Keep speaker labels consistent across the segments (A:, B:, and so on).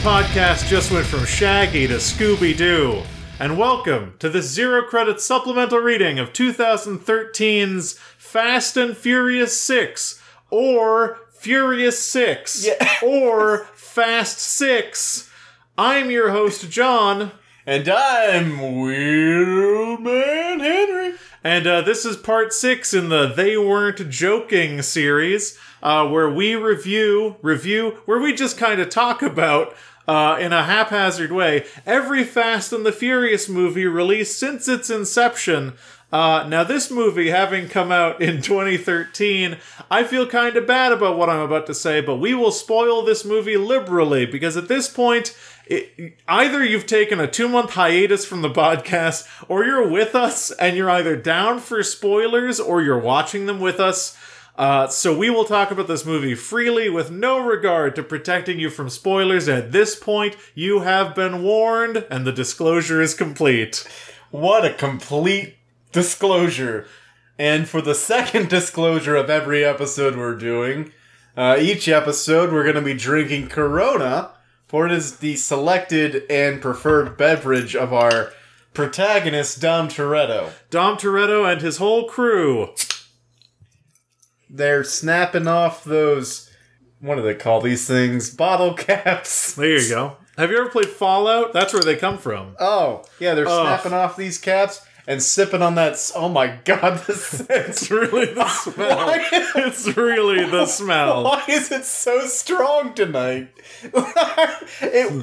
A: podcast just went from Shaggy to Scooby Doo. And welcome to the zero credit supplemental reading of 2013's Fast and Furious 6 or Furious 6 or Fast 6. I'm your host, John.
B: And I'm Wheelman Henry.
A: And uh, this is part six in the They Weren't Joking series, uh, where we review, review, where we just kind of talk about, uh, in a haphazard way, every Fast and the Furious movie released since its inception. Uh, now, this movie, having come out in 2013, I feel kind of bad about what I'm about to say, but we will spoil this movie liberally because at this point, it, either you've taken a two month hiatus from the podcast, or you're with us and you're either down for spoilers or you're watching them with us. Uh, so we will talk about this movie freely with no regard to protecting you from spoilers. At this point, you have been warned, and the disclosure is complete.
B: What a complete disclosure. And for the second disclosure of every episode we're doing, uh, each episode we're going to be drinking Corona, for it is the selected and preferred beverage of our protagonist, Dom Toretto.
A: Dom Toretto and his whole crew.
B: They're snapping off those, what do they call these things? Bottle caps.
A: There you go. Have you ever played Fallout? That's where they come from.
B: Oh, yeah, they're
A: Ugh.
B: snapping off these caps and sipping on that. s- Oh my god, this
A: It's
B: scent.
A: really the smell. it's really the smell.
B: Why is it so strong tonight?
A: Hmm.
B: it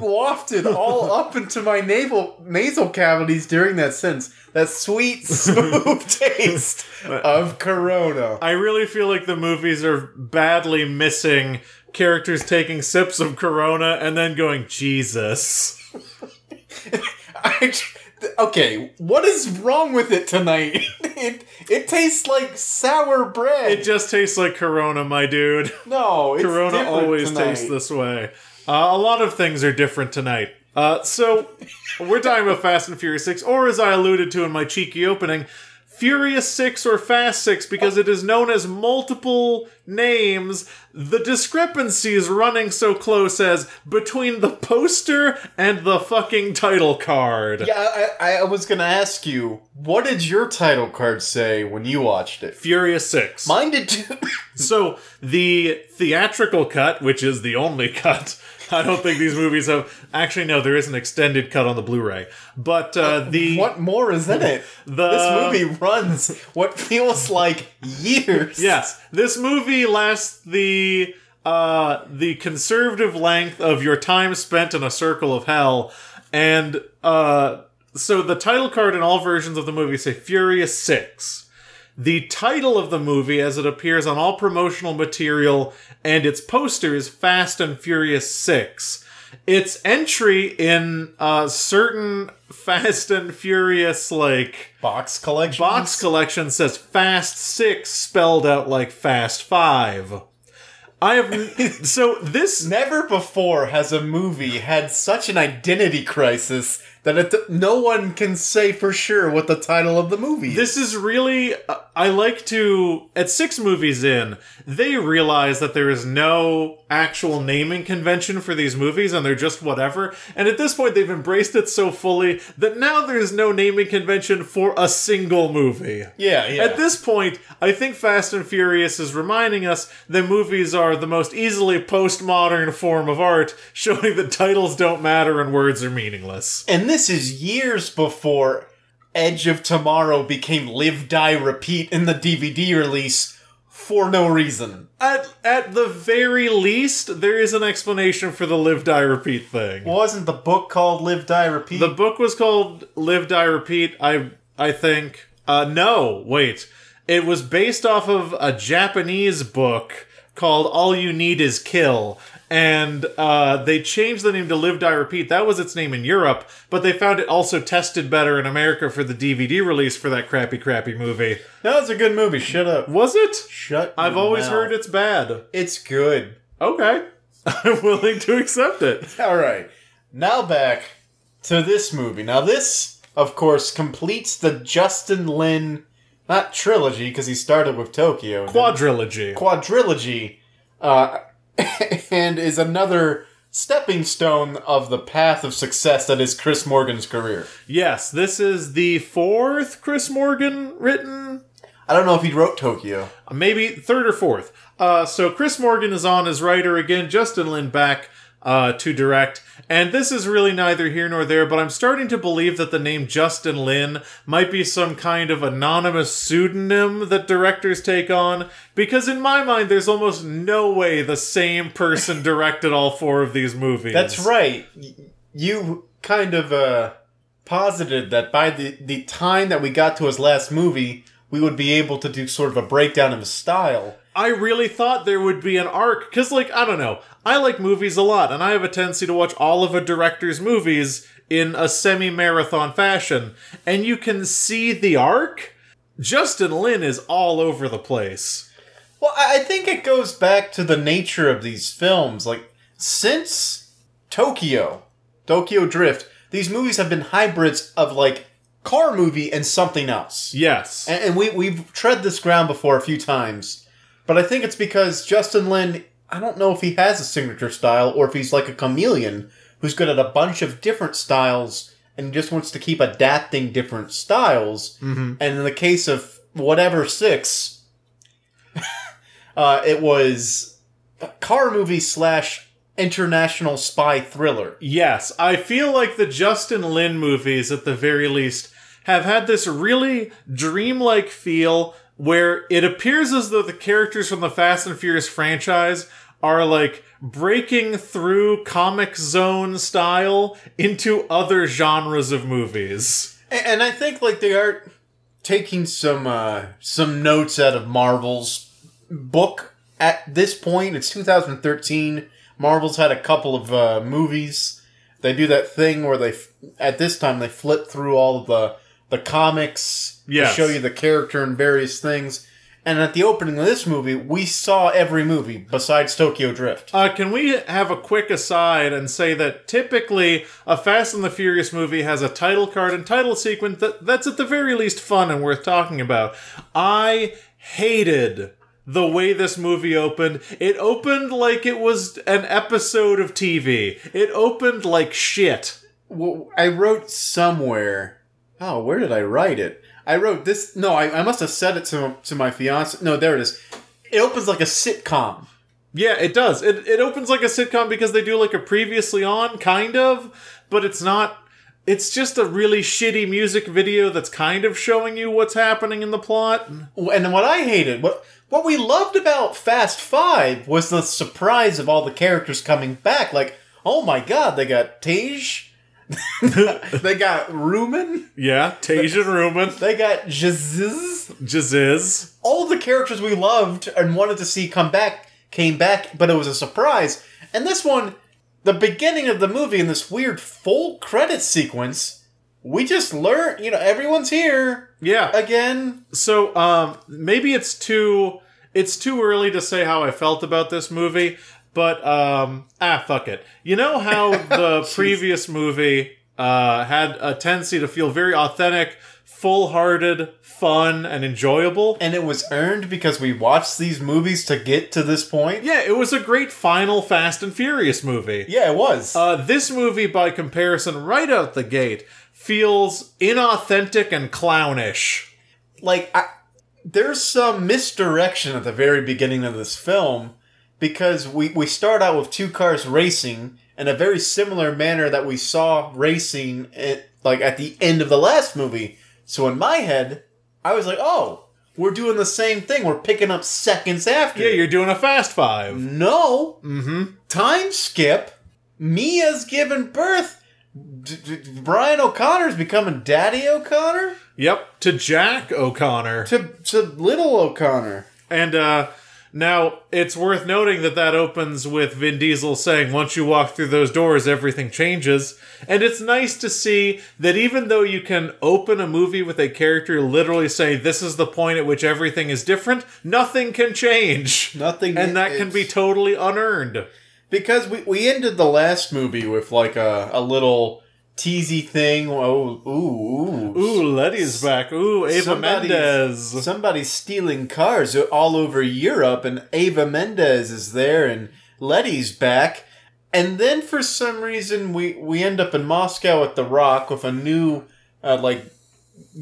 B: wafted all up into my navel nasal cavities during that sense. That sweet, smooth taste of Corona.
A: I really feel like the movies are badly missing characters taking sips of Corona and then going, Jesus.
B: I j- okay, what is wrong with it tonight? it it tastes like sour bread.
A: It just tastes like Corona, my dude.
B: no, it's
A: Corona
B: different
A: always
B: tonight.
A: tastes this way. Uh, a lot of things are different tonight. Uh, so, we're talking about Fast and Furious 6, or as I alluded to in my cheeky opening, Furious 6 or Fast 6, because it is known as multiple names. The discrepancy is running so close as between the poster and the fucking title card.
B: Yeah, I, I, I was gonna ask you, what did your title card say when you watched it?
A: Furious 6.
B: Mine did too.
A: So the theatrical cut, which is the only cut, I don't think these movies have. Actually, no, there is an extended cut on the Blu-ray, but uh, the
B: what more is in it?
A: The-
B: this movie runs what feels like years.
A: yes, this movie lasts the uh, the conservative length of your time spent in a circle of hell, and uh, so the title card in all versions of the movie say Furious Six. The title of the movie, as it appears on all promotional material and its poster, is Fast and Furious 6. Its entry in uh, certain Fast and Furious, like,
B: Box collection.
A: box collection says Fast 6 spelled out like Fast 5. I have. so this.
B: Never before has a movie had such an identity crisis that it, no one can say for sure what the title of the movie is.
A: This is really. uh, I like to. At six movies in, they realize that there is no actual naming convention for these movies and they're just whatever. And at this point, they've embraced it so fully that now there's no naming convention for a single movie.
B: Yeah, yeah.
A: At this point, I think Fast and Furious is reminding us that movies are the most easily postmodern form of art, showing that titles don't matter and words are meaningless.
B: and this is years before Edge of Tomorrow became Live, Die, Repeat in the DVD release for no reason.
A: At, at the very least, there is an explanation for the live, die, repeat thing.
B: Wasn't the book called Live, Die, Repeat?
A: The book was called Live, Die, Repeat, I, I think. Uh, no, wait. It was based off of a Japanese book called All You Need Is Kill. And uh, they changed the name to Live, Die, Repeat. That was its name in Europe, but they found it also tested better in America for the DVD release for that crappy, crappy movie.
B: no, it's a good movie. Shut up.
A: Was it?
B: Shut.
A: I've
B: your
A: always
B: mouth.
A: heard it's bad.
B: It's good.
A: Okay. I'm willing to accept it.
B: All right. Now back to this movie. Now this, of course, completes the Justin Lin not trilogy because he started with Tokyo
A: Quadrilogy.
B: quadrilogy, uh, and is another stepping stone of the path of success that is Chris Morgan's career.
A: Yes, this is the fourth Chris Morgan written
B: I don't know if he wrote Tokyo.
A: maybe third or fourth. Uh, so Chris Morgan is on as writer again, Justin Lin back uh, to direct. And this is really neither here nor there, but I'm starting to believe that the name Justin Lin might be some kind of anonymous pseudonym that directors take on, because in my mind, there's almost no way the same person directed all four of these movies.
B: That's right. Y- You kind of uh, posited that by the, the time that we got to his last movie, we would be able to do sort of a breakdown of his style.
A: I really thought there would be an arc because, like, I don't know. I like movies a lot, and I have a tendency to watch all of a director's movies in a semi-marathon fashion, and you can see the arc. Justin Lin is all over the place.
B: Well, I I think it goes back to the nature of these films. Like, since Tokyo, Tokyo Drift, these movies have been hybrids of like car movie and something else.
A: Yes,
B: And, and we we've tread this ground before a few times, but I think it's because Justin Lin. I don't know if he has a signature style or if he's like a chameleon who's good at a bunch of different styles and just wants to keep adapting different styles. Mm-hmm. And in the case of whatever six, uh, it was a car movie slash international spy thriller.
A: yes. I feel like the Justin Lin movies, at the very least, have had this really dreamlike feel where it appears as though the characters from the Fast and Furious franchise are like breaking through comic zone style into other genres of movies.
B: And, and I think like they are taking some uh, some notes out of Marvel's book at this point. It's 2013. Marvel's had a couple of uh, movies. They do that thing where they f- at this time they flip through all of the the comics. They
A: Yes.
B: show you the character and various things. And at the opening of this movie, we saw every movie besides Tokyo Drift.
A: Uh, can we have a quick aside and say that typically a Fast and the Furious movie has a title card and title sequence that, that's at the very least fun and worth talking about? I hated the way this movie opened. It opened like it was an episode of TV, it opened like shit.
B: Well, I wrote somewhere. Oh, where did I write it? I wrote this. No, I, I must have said it to to my fiance. No, there it is. It opens like a sitcom.
A: Yeah, it does. It it opens like a sitcom because they do like a previously on kind of, but it's not it's just a really shitty music video that's kind of showing you what's happening in the plot.
B: And what I hated, what what we loved about Fast Five was the surprise of all the characters coming back. Like, oh my god, they got Tej, they got Ruman,
A: Yeah, Tasia Ruman,
B: they got Jaziz.
A: Jaziz.
B: all the characters we loved and wanted to see come back came back, but it was a surprise. And this one, the beginning of the movie in this weird full credit sequence, we just learn, you know, everyone's here
A: Yeah.
B: again.
A: So um maybe it's too it's too early to say how I felt about this movie, but um ah fuck it. You know how the previous movie uh had a tendency to feel very authentic, full-hearted, fun and enjoyable?
B: And it was earned because we watched these movies to get to this point.
A: Yeah, it was a great final Fast and Furious movie.
B: Yeah, it was.
A: Uh, this movie, by comparison, right out the gate, feels inauthentic and clownish.
B: like I, there's some misdirection at the very beginning of this film because we, we start out with two cars racing in a very similar manner that we saw racing at, like at the end of the last movie so in my head i was like oh we're doing the same thing we're picking up seconds after
A: Yeah, you're doing a Fast Five.
B: no
A: Mm-hmm.
B: time skip mia's giving birth D- d- brian o'connor's becoming daddy o'connor
A: Yep, to Jack O'Connor.
B: to, to little o'connor
A: And uh, now it's worth noting that that opens with Vin Diesel saying, "Once you walk through those doors, everything changes." And it's nice to see that even though you can open a movie with a character literally say, "This is the point at which everything is different," nothing can change.
B: Nothing,
A: and that can be
B: it's-
A: totally unearned.
B: because we we ended the last movie with like a, a little teasy thing. Oh, ooh,
A: Ooh, Letty's back. Ooh, Ava
B: Somebody's-
A: Mendez.
B: Somebody's stealing cars all over Europe, and Ava Mendez is there, and Letty's back. and then for some reason we we end up in Moscow at the Rock with a new uh, like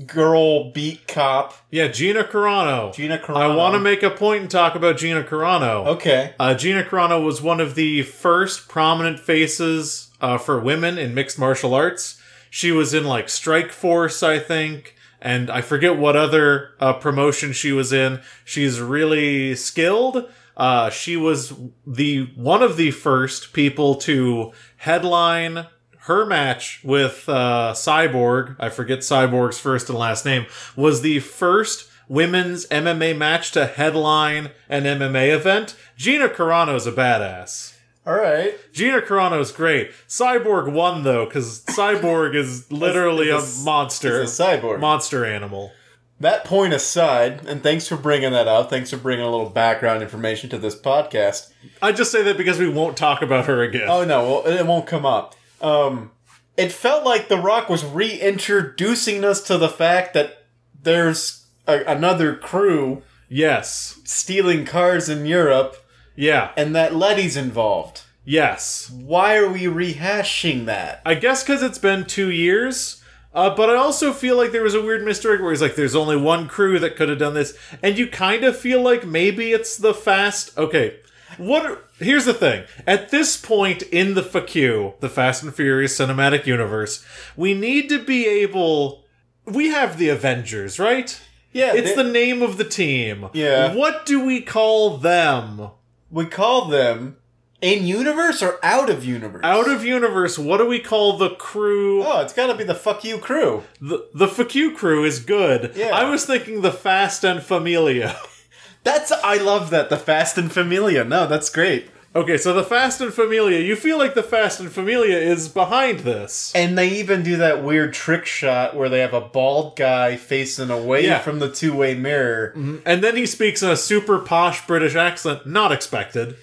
B: girl beat cop
A: Yeah, Gina Carano.
B: Gina Carano.
A: I want to make a point and talk about Gina Carano.
B: okay.
A: Uh, Gina Carano was one of the first prominent faces uh, for women in mixed martial arts. She was in like Strike Force, I think, and I forget what other uh, promotion she was in. She's really skilled. Uh, she was the one of the first people to headline her match with uh, Cyborg. I forget Cyborg's first and last name was the first women's MMA match to headline an MMA event. Gina Carano's a badass.
B: All right.
A: Gina Carano's great. Cyborg won though, because Cyborg is literally a,
B: It's a-
A: monster,
B: It's a cyborg.
A: monster animal.
B: that point aside, and thanks for bringing that up. Thanks for bringing a little background information to this podcast.
A: I just say that because we won't talk about her again.
B: Oh no, well, it won't come up. Um, it felt like The Rock was reintroducing us to the fact that there's a, another crew
A: yes,
B: stealing cars in Europe
A: yeah,
B: and that Letty's involved.
A: yes.
B: Why are we rehashing that?
A: I guess because it's been two years. Uh, but I also feel like there was a weird mystery where he's like, there's only one crew that could have done this. And you kind of feel like maybe it's the fast. Okay. What are- here's the thing. At this point in the FAQ, the Fast and Furious cinematic universe, we need to be able. We have the Avengers, right?
B: Yeah,
A: It's
B: they-
A: the name of the team.
B: Yeah.
A: What do we call them?
B: we call them in universe or out of universe.
A: Out of universe, what do we call the crew
B: Oh, it's got to be the fuck you crew.
A: The the FQ crew is good.
B: Yeah.
A: I was thinking the Fast and Familia.
B: That's I love that the Fast and Familia. No, that's great.
A: okay, so the Fast and Familia. You feel like the Fast and Familia is behind this.
B: And they even do that weird trick shot where they have a bald guy facing away
A: Yeah. Mm-hmm.
B: from the two-way mirror.
A: And then he speaks in a super posh British accent, not expected.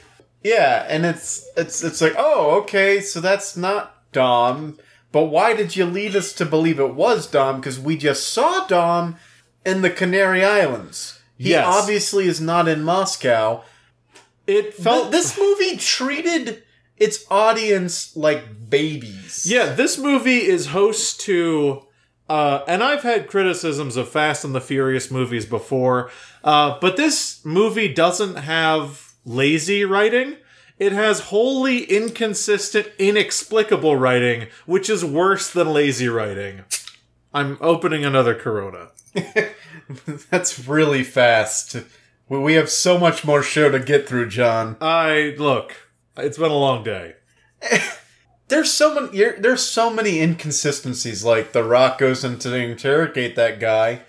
B: Yeah, and it's it's it's like, "Oh, okay, so that's not Dom, but why did you lead us to believe it was Dom because we just saw Dom in the Canary Islands." He
A: Yes.
B: obviously is not in Moscow.
A: It
B: Felt
A: felt
B: this movie treated its audience like babies.
A: Yeah, this movie is host to, uh, and I've had criticisms of Fast and the Furious movies before, uh, but this movie doesn't have lazy writing. It has wholly inconsistent, inexplicable writing, which is worse than lazy writing. I'm opening another Corona.
B: That's really fast. We- We have so much more show to get through, John.
A: I look. It's been a long day.
B: There's so many. You're, there's so many inconsistencies. Like the Rock goes in to interrogate that guy,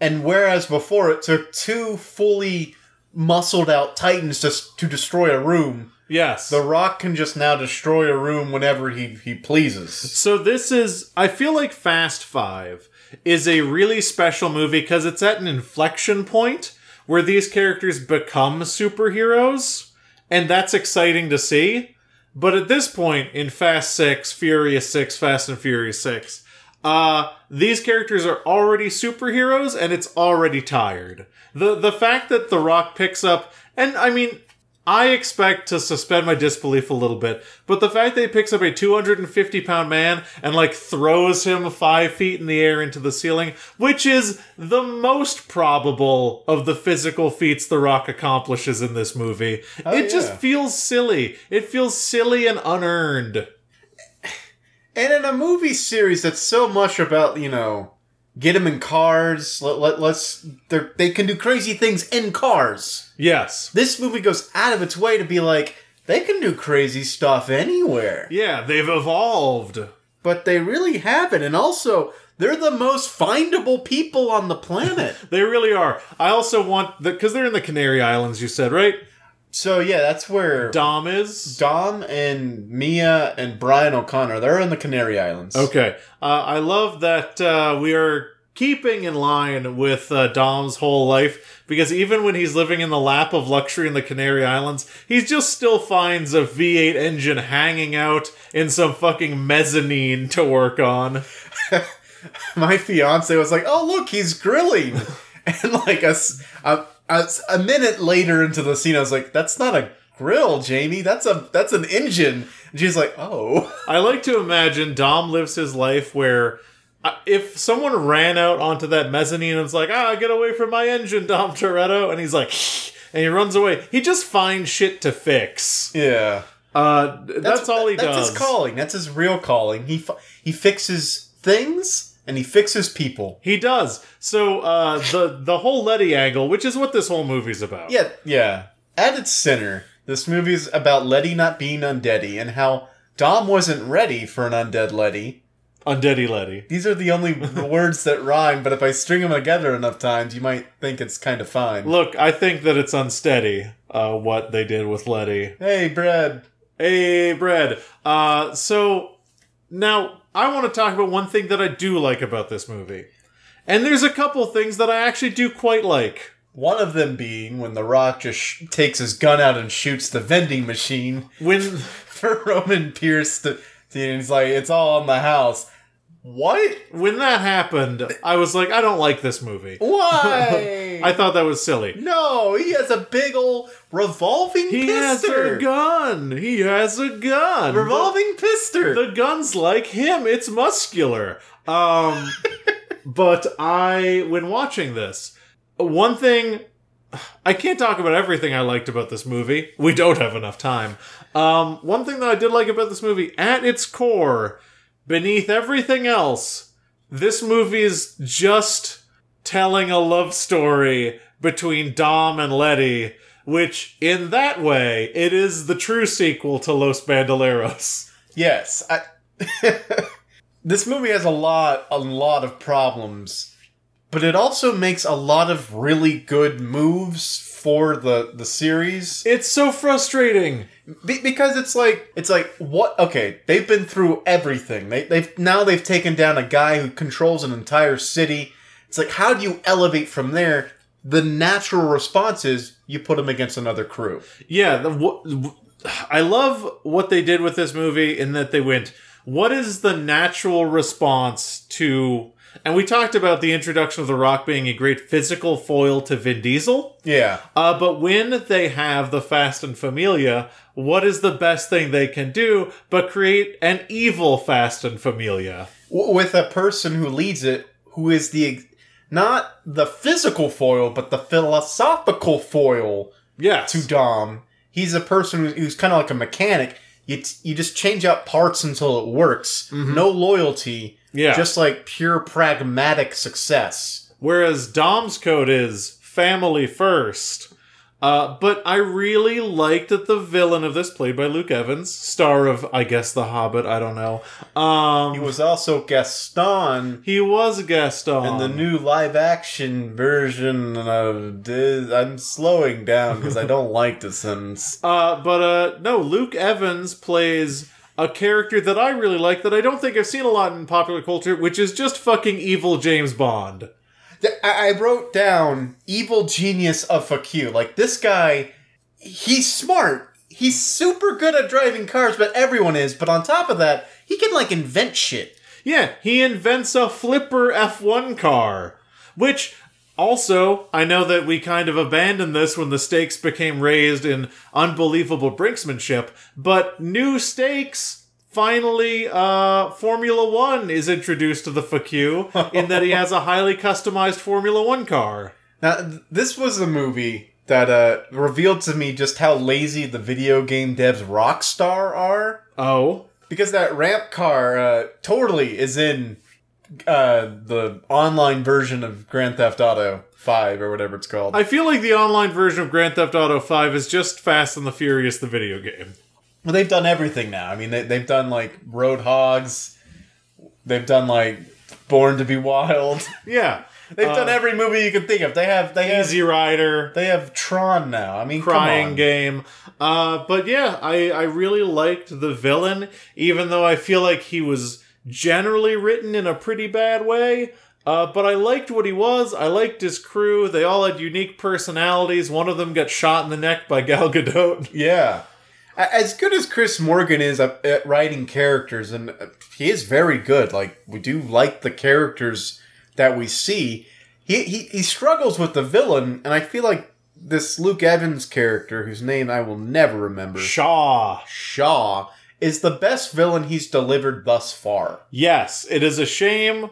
B: and whereas before it took two fully muscled out titans just to destroy a room,
A: Yes.
B: the Rock can just now destroy a room whenever he he pleases.
A: So this is I feel like Fast 5 is a really special movie cuz it's at an inflection point where these characters become superheroes and that's exciting to see. But at this point in Fast 6, Furious 6, Fast and Furious 6, uh these characters are already superheroes and it's already tired. The the fact that The Rock picks up and I mean I expect to suspend my disbelief a little bit, but the fact that he picks up a 250 pound man and like throws him five feet in the air into the ceiling, which is the most probable of the physical feats The Rock accomplishes in this movie, it just
B: yeah.
A: feels silly. It feels silly and unearned.
B: And in a movie series that's so much about you know, get him in cars. Let, let let's they're- they can do crazy things in cars.
A: Yes.
B: this movie goes out of its way to be like they can do crazy stuff anywhere
A: Yeah, they've evolved.
B: but they really haven't and also they're the most findable people on the planet
A: They really are. I also want the because they're in the Canary Islands. You said right?
B: so yeah that's where
A: Dom is.
B: dom and mia and brian o'connor they're in the canary islands
A: Okay. Uh, I love that uh, we are keeping in line with uh, Dom's whole life because even when he's living in the lap of luxury in the Canary Islands, he just still finds a V8 engine hanging out in some fucking mezzanine to work on.
B: my fiance was like oh look he's grilling and like a, s- a- a s- a minute later into the scene i was like that's not a grill jamie that's a that's an engine And she's like, oh.
A: I like to imagine Dom lives his life where uh, if someone ran out onto that mezzanine and was like, ah, get away from my engine, Dom Toretto, and he's like, and he runs away, he just finds shit to fix.
B: Yeah.
A: Uh, that's, all he
B: that's
A: does.
B: his calling. That's his real calling. He fi- he fixes things and he fixes people.
A: He does. So uh, the the whole Letty angle, which is what this whole movie's about.
B: Yeah, yeah. At its center, this movie is about Letty not being undeady and how Dom wasn't ready for an undead Letty.
A: Undeady Letty.
B: These are the only words that rhyme, but if I string them together enough times, you might think it's kind of fine.
A: Look, I think that it's unsteady uh, what they did with Letty.
B: Hey, Brad.
A: Hey, bread. Uh, so now I want to talk about one thing that I do like about this movie, and there's a couple things that I actually do quite like.
B: One of them being when The Rock just sh- takes his gun out and shoots the vending machine
A: When
B: for Roman Pierce. To, and he's like, it's all on the house. What?
A: when that happened, I was like, I don't like this movie.
B: Why?
A: I thought that was silly.
B: no, he has a big old revolving
A: He has
B: pister.
A: a gun. He has a gun.
B: Revolving pister.
A: the gun's like him it's muscular um but i when watching this one thing i can't talk about everything i liked about this movie we don't have enough time um one thing that i did like about this movie at its core beneath everything else this movie is just telling a love story between dom and letty which in that way it is the true sequel to los bandoleros
B: yes, I. this movie has a lot, a lot of problems, but it also makes a lot of really good moves for the the series.
A: It's so frustrating.
B: Be- because it's like it's like what okay they've been through everything they, they've now they've taken down a guy who controls an entire city it's like how do you elevate from there the natural response is you put him against another crew
A: Yeah, the, wh- w- I love what they did with this movie in that they went, what is the natural response to. And we talked about the introduction of The Rock being a great physical foil to Vin Diesel.
B: yeah
A: Uh, but when they have the Fast and Familia, what is the best thing they can do but create an evil Fast and Familia?
B: w- with a person who leads it who is the ex- not the physical foil but the philosophical foil
A: Yes.
B: to dom he's a person who's, who's kind of like a mechanic you, t- you just change out parts until it works no loyalty
A: yeah.
B: just like pure pragmatic success.
A: Whereas Dom's code is family first. Uh, but I really like that the villain of this, played by Luke Evans, star of, I guess, The Hobbit, I don't know. Um,
B: He was also Gaston
A: he was Gaston.
B: in the new live action version of Dis- I'm slowing down because I don't like the sentence.
A: Uh, but uh, no, Luke Evans plays a character that I really like that I don't think I've seen a lot in popular culture, which is just fucking evil James Bond.
B: Th- I I wrote down evil genius of Faku. Like this guy, he's smart. He's super good at driving cars, but everyone is. But on top of that, he can like invent shit.
A: Yeah, he invents a flipper F1 car. Which, also, I know that we kind of abandoned this when the stakes became raised in unbelievable brinksmanship, but new stakes. Finally, uh, Formula One is introduced to the FAQ in that he has a highly customized Formula One car.
B: Now, th- this was a movie that uh, revealed to me just how lazy the video game devs Rockstar are.
A: Oh.
B: Because that ramp car uh, totally is in uh, the online version of Grand Theft Auto 5 or whatever it's called.
A: I feel like the online version of Grand Theft Auto 5 is just Fast and the Furious, the video game.
B: well, they've done everything now. I mean, they, they've done like Road Hogs, they've done like Born to Be Wild.
A: Yeah.
B: they've done every movie you can think of. They have they have
A: Uh, Easy Rider.
B: they have Tron now. I mean, come
A: crying
B: on.
A: game. Uh, but yeah, I, I really liked the villain, even though I feel like he was generally written in a pretty bad way. Uh, but I liked what he was. I liked his crew. They all had unique personalities. One of them got shot in the neck by Gal Gadot.
B: Yeah. A- As good as Chris Morgan is at at writing characters, and uh, he is very good. Like we do like the characters that we see. He he, he struggles with the villain, and I feel like this Luke Evans character, whose name I will never remember,
A: Shaw.
B: Shaw, is the best villain he's delivered thus far.
A: Yes, it is a shame.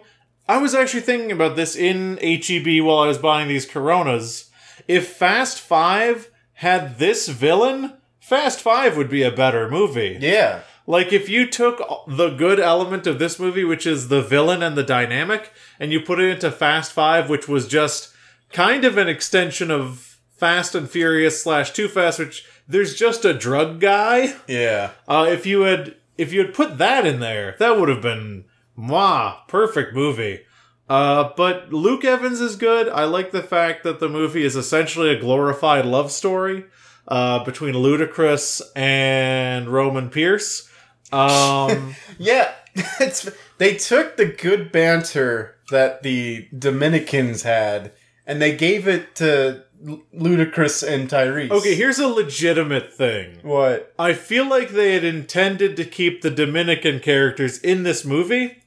A: I was actually thinking about this in HEB while I was buying these Coronas. If Fast Five had this villain, Fast Five would be a better movie.
B: Yeah.
A: Like, if you took the good element of this movie, which is the villain and the dynamic, and you put it into Fast Five, which was just kind of an extension of Fast and Furious slash Too Fast, which there's just a drug guy.
B: Yeah.
A: Uh, if you had if you had put that in there, that would have been mwah, perfect movie. Uh, but Luke Evans is good. I like the fact that the movie is essentially a glorified love story uh, between Ludacris and Roman Pierce. Um,
B: Yeah. It's they took the good banter that the Dominicans had and they gave it to L- Ludacris and Tyrese.
A: okay, here's a legitimate thing.
B: What?
A: I feel like they had intended to keep the Dominican characters in this movie,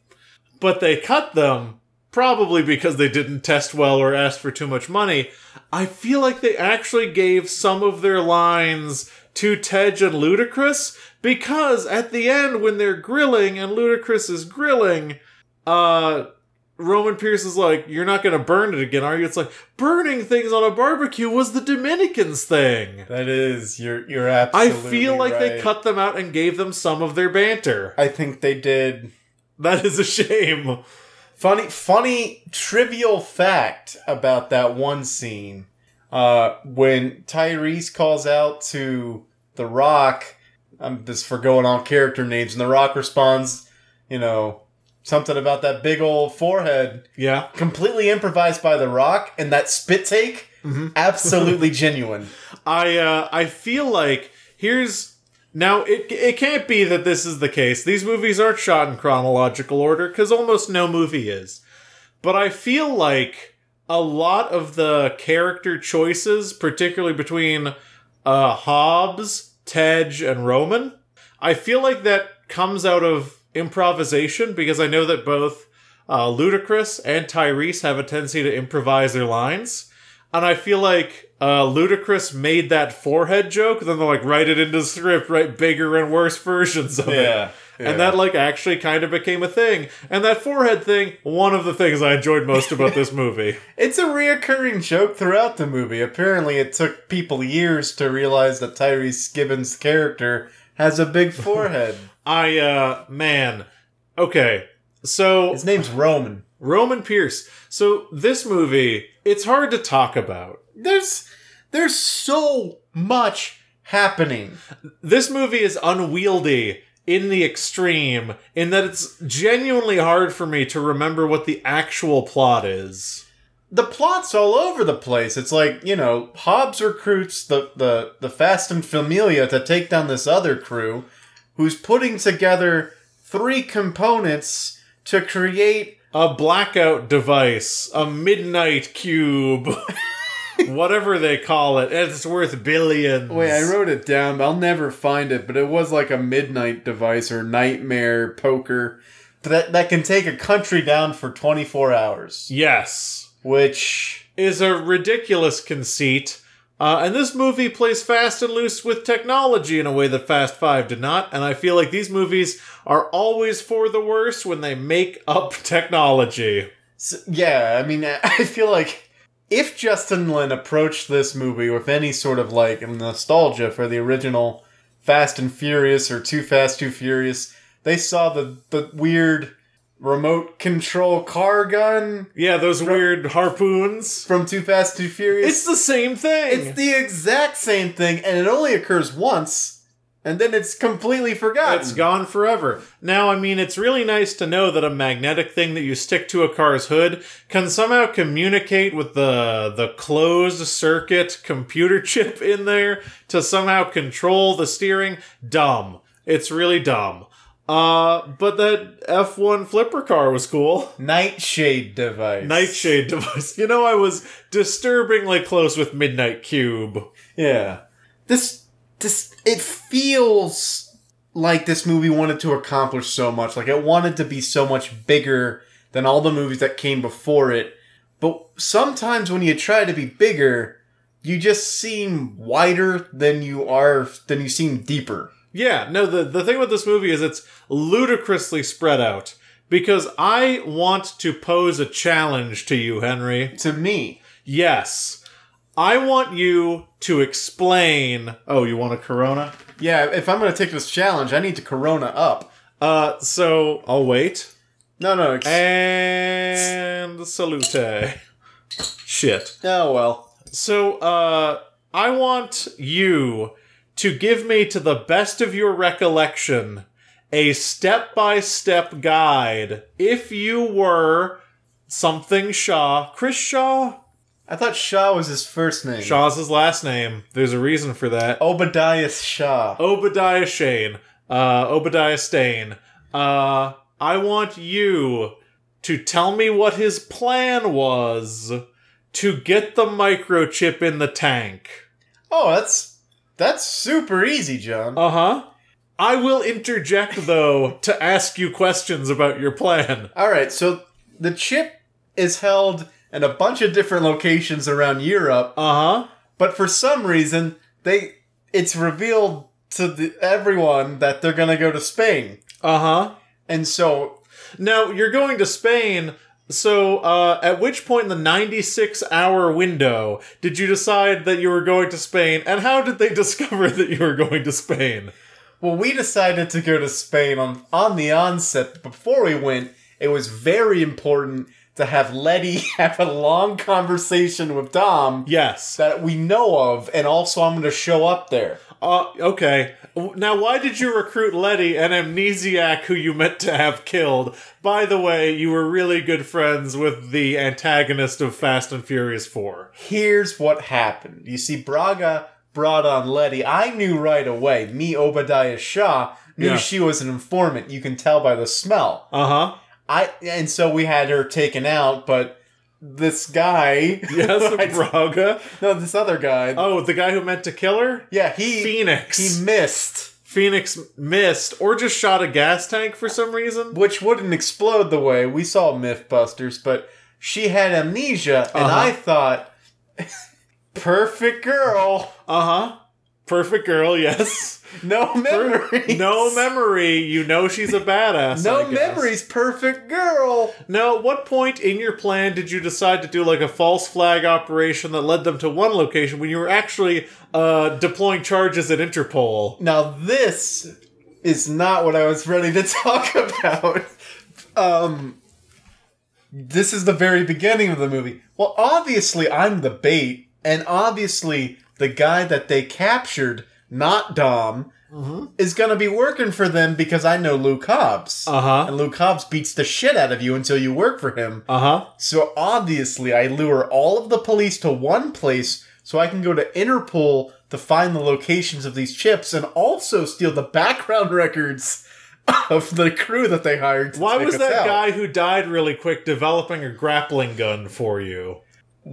A: but they cut them probably because they didn't test well or asked for too much money. I feel like they actually gave some of their lines to Tej and Ludacris because at the end when they're grilling and Ludacris is grilling, uh Roman Pierce is like, "You're not going to burn it again, are you?" It's like burning things on a barbecue was the Dominicans thing.
B: That is you're you're
A: I
B: absolutely
A: feel like they
B: right.
A: cut them out and gave them some of their banter.
B: I think they did.
A: That is a shame.
B: Funny, funny, trivial fact about that one scene uh, when Tyrese calls out to The Rock. I'm just for going on character names, and The Rock responds, you know, something about that big old forehead,
A: Yeah.
B: completely improvised by The Rock, and that spit take, absolutely genuine.
A: I uh I feel like here's now it it can't be that this is the case. These movies aren't shot in chronological order cuz almost no movie is. But I feel like a lot of the character choices, particularly between uh Hobbs, Tej and Roman, I feel like that comes out of improvisation because I know that both uh, Ludacris and Tyrese have a tendency to improvise their lines. And I feel like uh, Ludacris made that forehead joke, then they're like, write it into the script, write bigger and worse versions of it. And that like actually kind of became a thing. And that forehead thing, one of the things I enjoyed most about this movie.
B: It's a reoccurring joke throughout the movie. Apparently, it took people years to realize that Tyrese Gibbons' character has a big forehead.
A: I uh man. Okay. So
B: His name's Roman.
A: Roman Pierce. So this movie, it's hard to talk about.
B: There's there's so much happening.
A: this movie is unwieldy in the extreme in that it's genuinely hard for me to remember what the actual plot is
B: The plot's all over the place. It's like, you know, Hobbs recruits the the, the Fast and Familia to take down this other crew who's putting together three components to create
A: a blackout device a midnight cube whatever they call it and it's worth billions
B: Wait, I wrote it down, but I'll never find it. But it was like a midnight device or nightmare poker that that can take a country down for 24 hours.
A: yes
B: Which
A: is a ridiculous conceit uh, and this movie plays fast and loose with technology in a way that Fast Five did not, and I feel like these movies are always for the worse when they make up technology.
B: s yeah, I mean, I I feel like if Justin Lin approached this movie with any sort of like nostalgia for the original Fast and Furious or Too Fast, Too Furious, they saw the the weird remote control car gun
A: Yeah, those weird harpoons.
B: from Too Fast, Too Furious.
A: It's the same thing.
B: It's the exact same thing, and it only occurs once, and then it's completely forgotten.
A: it's gone forever. Now, I mean, it's really nice to know that a magnetic thing that you stick to a car's hood can somehow communicate with the the closed circuit computer chip in there to somehow control the steering. Dumb. It's really dumb. Uh, but that F1 flipper car was cool.
B: Nightshade device.
A: Nightshade device. You know, I was disturbingly close with Midnight Cube.
B: Yeah. This this it feels like this movie wanted to accomplish so much. Like it wanted to be so much bigger than all the movies that came before it. But sometimes when you try to be bigger, you just seem wider than you are than you seem deeper.
A: Yeah, no, the, the thing with this movie is it's ludicrously spread out. Because I want to pose a challenge to you, Henry.
B: To me,
A: Yes. I want you to explain. Oh, you want a corona?
B: yeah, if I'm going to take this challenge, I need to Corona up.
A: Uh, so I'll wait.
B: No, no, ex-
A: Eh. And salute. Shit.
B: oh well.
A: So, uh, I want you to give me, to the best of your recollection, a step by step guide. If you were something Shaw, Chris Shaw?
B: I thought Shaw was his first name.
A: Shaw's his last name. There's a reason for that.
B: Obadiah Shaw.
A: Obadiah Shane, uh, Obadiah Stain, uh, I want you to tell me what his plan was to get the microchip in the tank.
B: Oh, that's that's super easy, John.
A: Uh huh. I will interject, though, to ask you questions about your plan.
B: All right, so the chip is held in a bunch of different locations around Europe,
A: Uh huh.
B: but for some reason they it's revealed to the, everyone that they're going to go to Spain.
A: Uh huh.
B: And so
A: Now, you're going to Spain. So, uh, at which point in the 96 hour window did you decide that you were going to Spain, and how did they discover that you were going to Spain?
B: Well, we decided to go to Spain on on the onset. but Before we went, it was very important to have Letty have a long conversation with Dom
A: Yes.
B: that we know of, and also I'm going to show up there.
A: Uh, okay. W- Now, why did you recruit Letty, an amnesiac who you meant to have killed? By the way, you were really good friends with the antagonist of Fast and Furious 4.
B: Here's what happened. You see, Braga brought on Letty. I knew right away. Me, Obadiah Shah, knew
A: Yeah.
B: she was an informant. You can tell by the smell.
A: Uh huh.
B: I and so we had her taken out, but this guy,
A: Yes, Braga.
B: no, this other guy,
A: Oh, the guy who meant to kill her?
B: yeah, he
A: Phoenix.
B: he missed,
A: Phoenix missed or just shot a gas tank for some reason.
B: which wouldn't explode the way we saw MythBusters, but she had amnesia, and
A: Uh-huh.
B: I thought, perfect girl,
A: Uh huh. Perfect girl, yes.
B: Uh-huh. no memories,
A: no memory. You know she's a badass.
B: no
A: I guess.
B: memories, perfect girl.
A: Now, at what point in your plan did you decide to do like a false flag operation that led them to one location when you were actually uh, deploying charges at Interpol?
B: Now this is not what I was ready to talk about. Um, this is the very beginning of the movie. Well, obviously I'm the bait, and obviously the guy that they captured, not Dom, is going to be working for them because I know Luke Hobbs,
A: Uh huh.
B: and Luke Hobbs beats the shit out of you until you work for him.
A: Uh huh.
B: So obviously, I lure all of the police to one place so I can go to Interpol to find the locations of these chips and also steal the background records of the crew that they hired. to
A: Why
B: take
A: was
B: us
A: that
B: out.
A: guy who died really quick developing a grappling gun for you?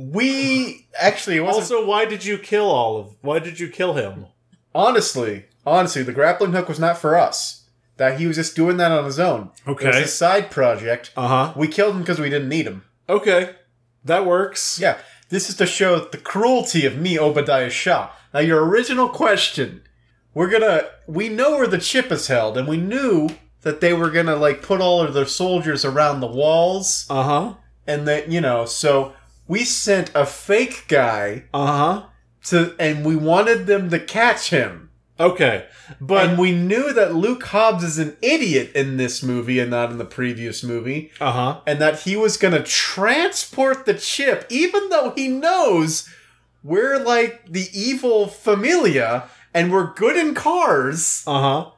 B: We actually it wasn't.
A: Also, why did you kill all of? Why did you kill him?
B: honestly, honestly, the grappling hook was not for us. That he was just doing that on his own. It was a side project.
A: Uh huh.
B: We killed him because we didn't need him.
A: Okay, that works.
B: Yeah, this is to show the cruelty of me, Obadiah Shah. Now, your original question. We're gonna. We know where the chip is held, and we knew that they were gonna, like, put all of their soldiers around the walls,
A: Uh huh.
B: and that, you know, so we sent a fake guy
A: Uh huh.
B: to. And we wanted them to catch him.
A: Okay, but
B: and we knew that Luke Hobbs is an idiot in this movie and not in the previous movie
A: uh huh.
B: and that he was going to transport the chip, even though he knows we're like the evil familia and we're good in cars.
A: Uh huh.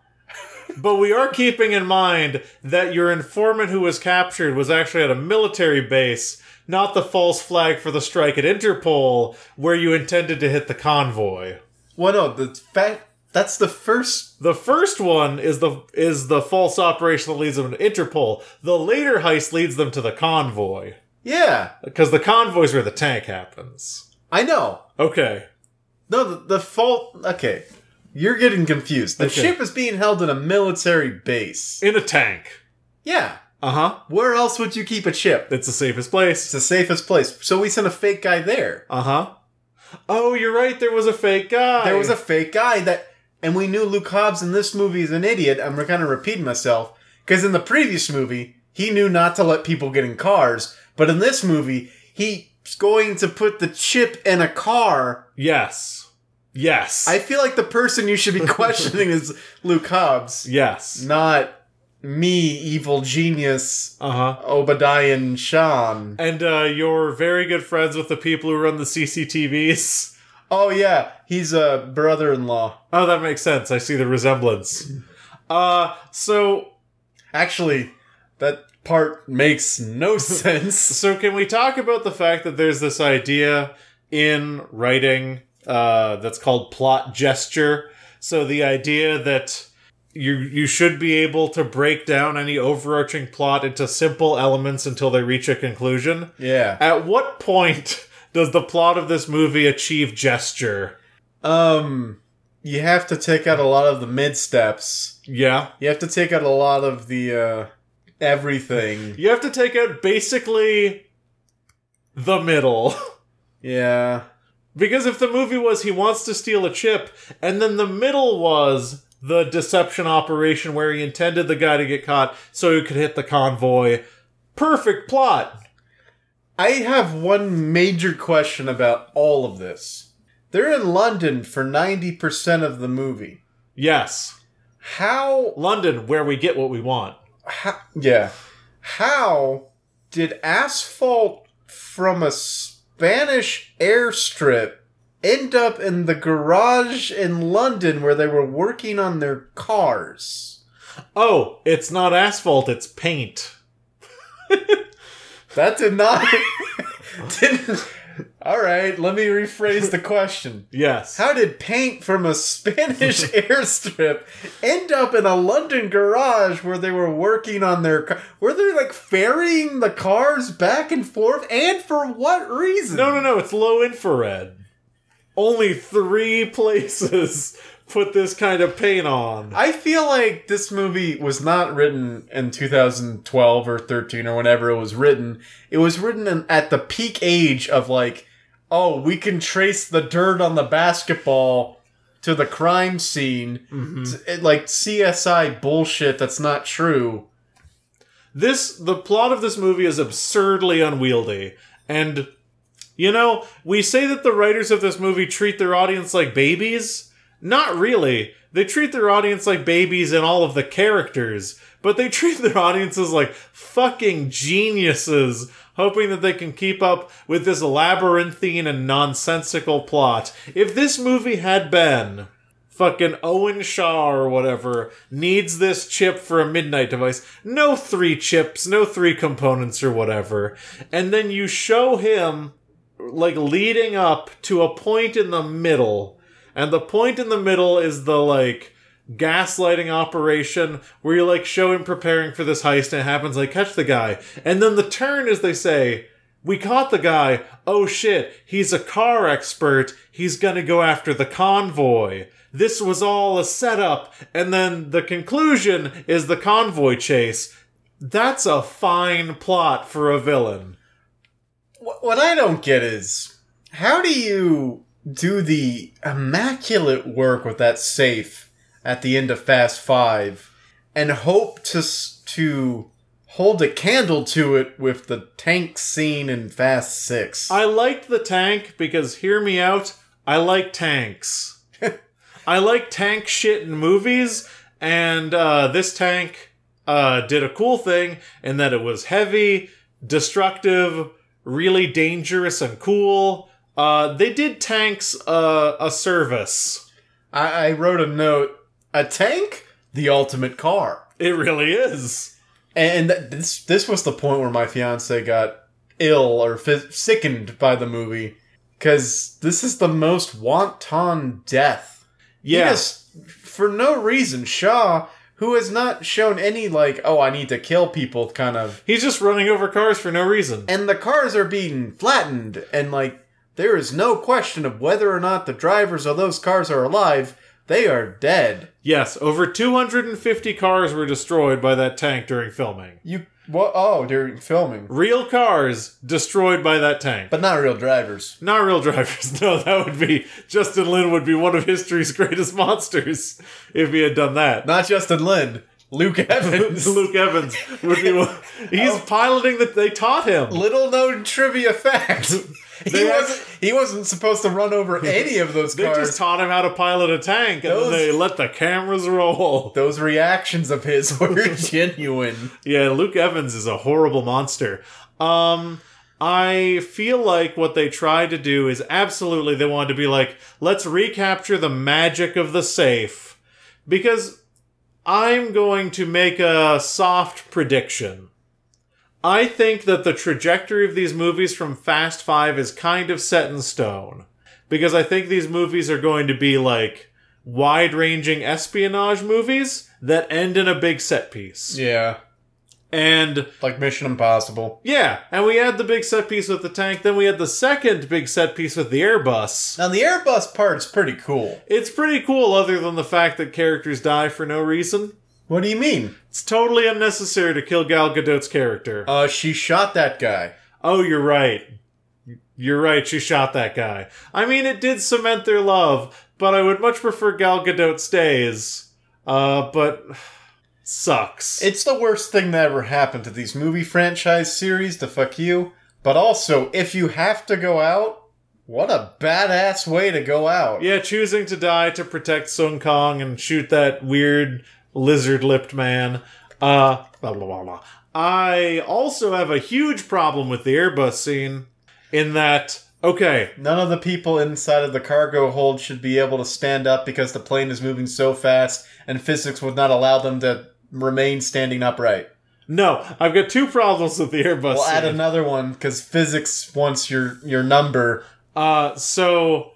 A: But we are keeping in mind that your informant who was captured was actually at a military base, not the false flag for the strike at Interpol, where you intended to hit the convoy.
B: Well, no, the fact that's the first.
A: The first one is the is the false operation that leads them to Interpol. The later heist leads them to the convoy
B: Yeah,
A: because the convoy's where the tank happens.
B: I know.
A: Okay.
B: No, the, the fault. Okay, you're getting confused. The
A: Okay.
B: ship is being held in a military base.
A: In a tank.
B: Yeah,
A: Uh huh.
B: where else would you keep a chip?
A: It's the safest
B: It's
A: place.
B: the safest place. So we sent a fake guy there.
A: Uh huh. Oh, you're right. Uh-huh. There was a fake guy.
B: There was a fake guy that and we knew Luke Hobbs in this movie is an idiot. I'm kind of repeating myself because in the previous movie he knew not to let people get in cars, but in this movie he's going to put the chip in a car.
A: Yes. Yes.
B: I feel like the person you should be questioning is Luke Hobbs,
A: yes.
B: not me, evil genius
A: Uh huh.
B: Obadiah Sean.
A: And uh, you're very good friends with the people who run the CCTVs.
B: Oh yeah, he's a brother-in-law.
A: Oh, that makes sense. I see the resemblance. Uh, so
B: Actually, that part makes no sense.
A: so can we talk about the fact that there's this idea in writing uh, that's called plot gesture? So the idea that you you should be able to break down any overarching plot into simple elements until they reach a conclusion.
B: Yeah.
A: At what point does the plot of this movie achieve gesture?
B: Um you have to take out a lot of the mid steps.
A: Yeah.
B: You have to take out a lot of the uh everything.
A: You have to take out basically the middle.
B: Yeah.
A: Because if the movie was he wants to steal a chip, and then the middle was the deception operation where he intended the guy to get caught so he could hit the convoy, perfect plot.
B: I have one major question about all of this. They're in London for 90% of the movie.
A: Yes.
B: How
A: London, where we get what we want.
B: How, yeah. How did asphalt from a Spanish airstrip end up in the garage in London where they were working on their cars?
A: Oh, it's not asphalt, it's paint.
B: That did not. didn't, all right, let me rephrase the question.
A: Yes.
B: How did paint from a Spanish airstrip end up in a London garage where they were working on their car? Were they like ferrying the cars back and forth? And for what reason?
A: No, no, no, it's low infrared. Only three places put this kind of paint on.
B: I feel like this movie was not written in 2012 or 13 or whenever it was written. It was written in, at the peak age of like, oh, we can trace the dirt on the basketball to the crime scene. It's- it- like CSI bullshit that's not true.
A: this the plot of this movie is absurdly unwieldy and you know we say that the writers of this movie treat their audience like babies not really they treat their audience like babies and all of the characters but they treat their audiences like fucking geniuses hoping that they can keep up with this labyrinthine and nonsensical plot if this movie had been fucking Owen Shaw or whatever needs this chip for a midnight device. No three chips, no three components or whatever. And then you show him like leading up to a point in the middle. And the point in the middle is the like gaslighting operation where you like show him preparing for this heist and it happens like catch the guy. And then the turn is they say, we caught the guy. Oh shit, he's a car expert. He's gonna go after the convoy. This was all a setup. And then the conclusion is the convoy chase. That's a fine plot for a villain.
B: Wh- What I don't get is how do you do the immaculate work with that safe at the end of Fast Five and hope to s- to hold a candle to it with the tank scene in Fast Six?
A: I liked the tank because hear me out. I like tanks. I like tank shit in movies, and uh, this tank uh, did a cool thing in that it was heavy, destructive, really dangerous, and cool. Uh, they did tanks uh, a service.
B: I, I wrote a note: a tank, the ultimate car.
A: It really is.
B: And th- this this was the point where my fiance got ill or phys- sickened by the movie because this is the most wanton death.
A: Yeah.
B: Yes, for no reason. Shaw, who has not shown any like, oh, I need to kill people, kind of,
A: He's just running over cars for no reason.
B: and the cars are being flattened, and like, there is no question of whether or not the drivers of those cars are alive. They are dead.
A: Yes, over 250 cars were destroyed by that tank during filming.
B: You What? Oh, during filming,
A: Real cars destroyed by that tank.
B: but not real drivers.
A: Not real drivers. No, that would be Justin Lin would be one of history's greatest monsters if he had done that.
B: Not Justin Lin. Luke Evans.
A: Luke Evans would be one. He's
B: Oh.
A: piloting that they taught him.
B: Little known trivia fact. He
A: They have-
B: wasn't, he wasn't supposed to run over any of those
A: They
B: cars.
A: just taught him how to pilot a tank, and
B: Those-
A: then they let the cameras roll.
B: those reactions of his were genuine.
A: Yeah, Luke Evans is a horrible monster. Um, I feel like what they tried to do is absolutely they wanted to be like, let's recapture the magic of the safe. Because I'm going to make a soft prediction. I think that the trajectory of these movies from Fast Five is kind of set in stone. Because I think these movies are going to be like wide ranging espionage movies that end in a big set piece.
B: Yeah,
A: And
B: like Mission Impossible.
A: yeah, and we had the big set piece with the tank, then we had the second big set piece with the Airbus.
B: Now the Airbus part's pretty cool.
A: It's pretty cool, other than the fact that characters die for no reason.
B: What do you mean?
A: It's totally unnecessary to kill Gal Gadot's character.
B: Uh, she shot that guy.
A: oh, you're right. You're right, she shot that guy. I mean, it did cement their love, but I would much prefer Gal Gadot stays. Uh, but. sucks.
B: It's the worst thing that ever happened to these movie franchise series. To fuck you. But also, if you have to go out, what a badass way to go out.
A: Yeah, choosing to die to protect Sun Kong and shoot that weird lizard lipped man. Uh, blah, blah, blah, blah. I also have a huge problem with the Airbus scene in that, okay,
B: None of the people inside of the cargo hold should be able to stand up because the plane is moving so fast, and physics would not allow them to remain standing upright.
A: no, I've got two problems with the Airbus
B: We'll add
A: scene.
B: another one because physics wants your your number.
A: Uh, so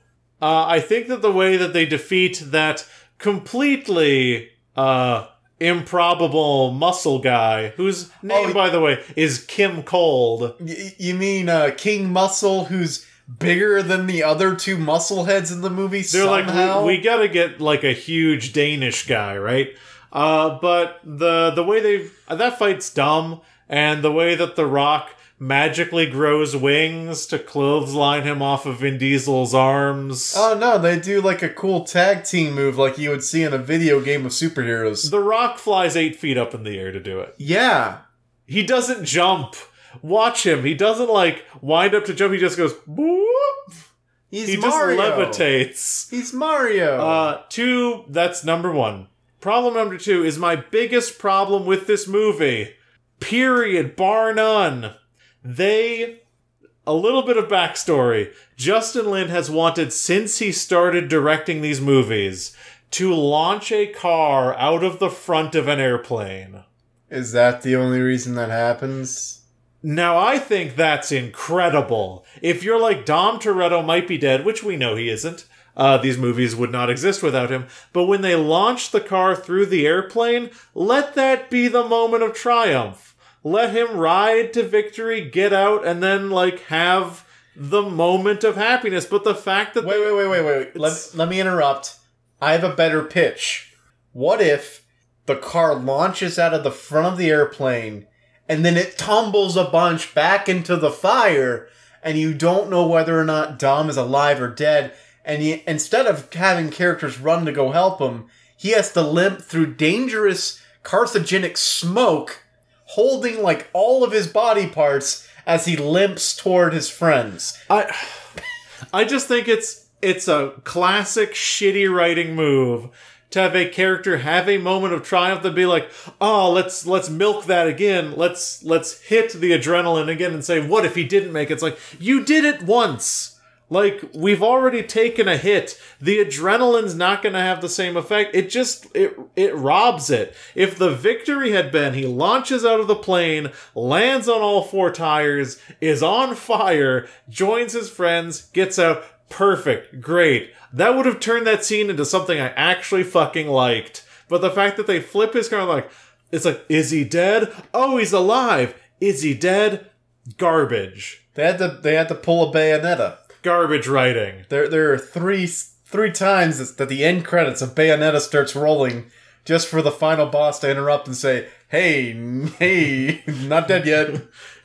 A: uh, I think that the way that they defeat that completely uh, improbable muscle guy, whose name,
B: y-
A: by the way, is Kim Cold.
B: Y- you mean uh, King Muscle, who's bigger than the other two muscle heads in the movie?
A: They're
B: somehow?
A: like, we, we gotta get like a huge Danish guy, right? Uh, but the the way they that fight's dumb, and the way that The Rock magically grows wings to clothesline him off of Vin Diesel's arms.
B: Oh no, they do like a cool tag team move, like you would see in a video game of superheroes.
A: the Rock flies eight feet up in the air to do it.
B: yeah,
A: He doesn't jump. Watch him. He doesn't like wind up to jump. He just goes. Boop.
B: he's
A: He just
B: Mario.
A: levitates.
B: He's Mario.
A: Uh, two, that's number one. Problem number two is my biggest problem with this movie. Period, bar none. They, a little bit of backstory. Justin Lin has wanted since he started directing these movies to launch a car out of the front of an airplane.
B: Is that the only reason that happens?
A: Now I think that's incredible. If you're like Dom Toretto might be dead, which we know he isn't. Uh, these movies would not exist without him. But when they launch the car through the airplane, let that be the moment of triumph. Let him ride to victory, get out, and then like have the moment of happiness. But the fact that
B: Wait, wait, wait, wait, wait. wait. Let,
A: It's-
B: let me interrupt. I have a better pitch. What if the car launches out of the front of the airplane and then it tumbles a bunch back into the fire and you don't know whether or not Dom is alive or dead and you, instead of having characters run to go help him, he has to limp through dangerous carcinogenic smoke holding like all of his body parts as he limps toward his friends.
A: I I just think it's it's a classic shitty writing move to have a character have a moment of triumph and be like, "Oh, let's let's milk that again. Let's let's hit the adrenaline again and say, what if he didn't make it?" It's like, "You did it once." Like we've already taken a hit. The adrenaline's not going to have the same effect. It just it it robs it. If the victory had been he launches out of the plane, lands on all four tires, is on fire, joins his friends, gets out, perfect, great. That would have turned that scene into something I actually fucking liked. But the fact that they flip his car like it's like is he dead? Oh, he's alive. Is he dead? Garbage.
B: They had to they had to pull a bayonetta.
A: Garbage writing.
B: There, there are three three times that the end credits of Bayonetta starts rolling just for the final boss to interrupt and say, "Hey, hey, not dead yet."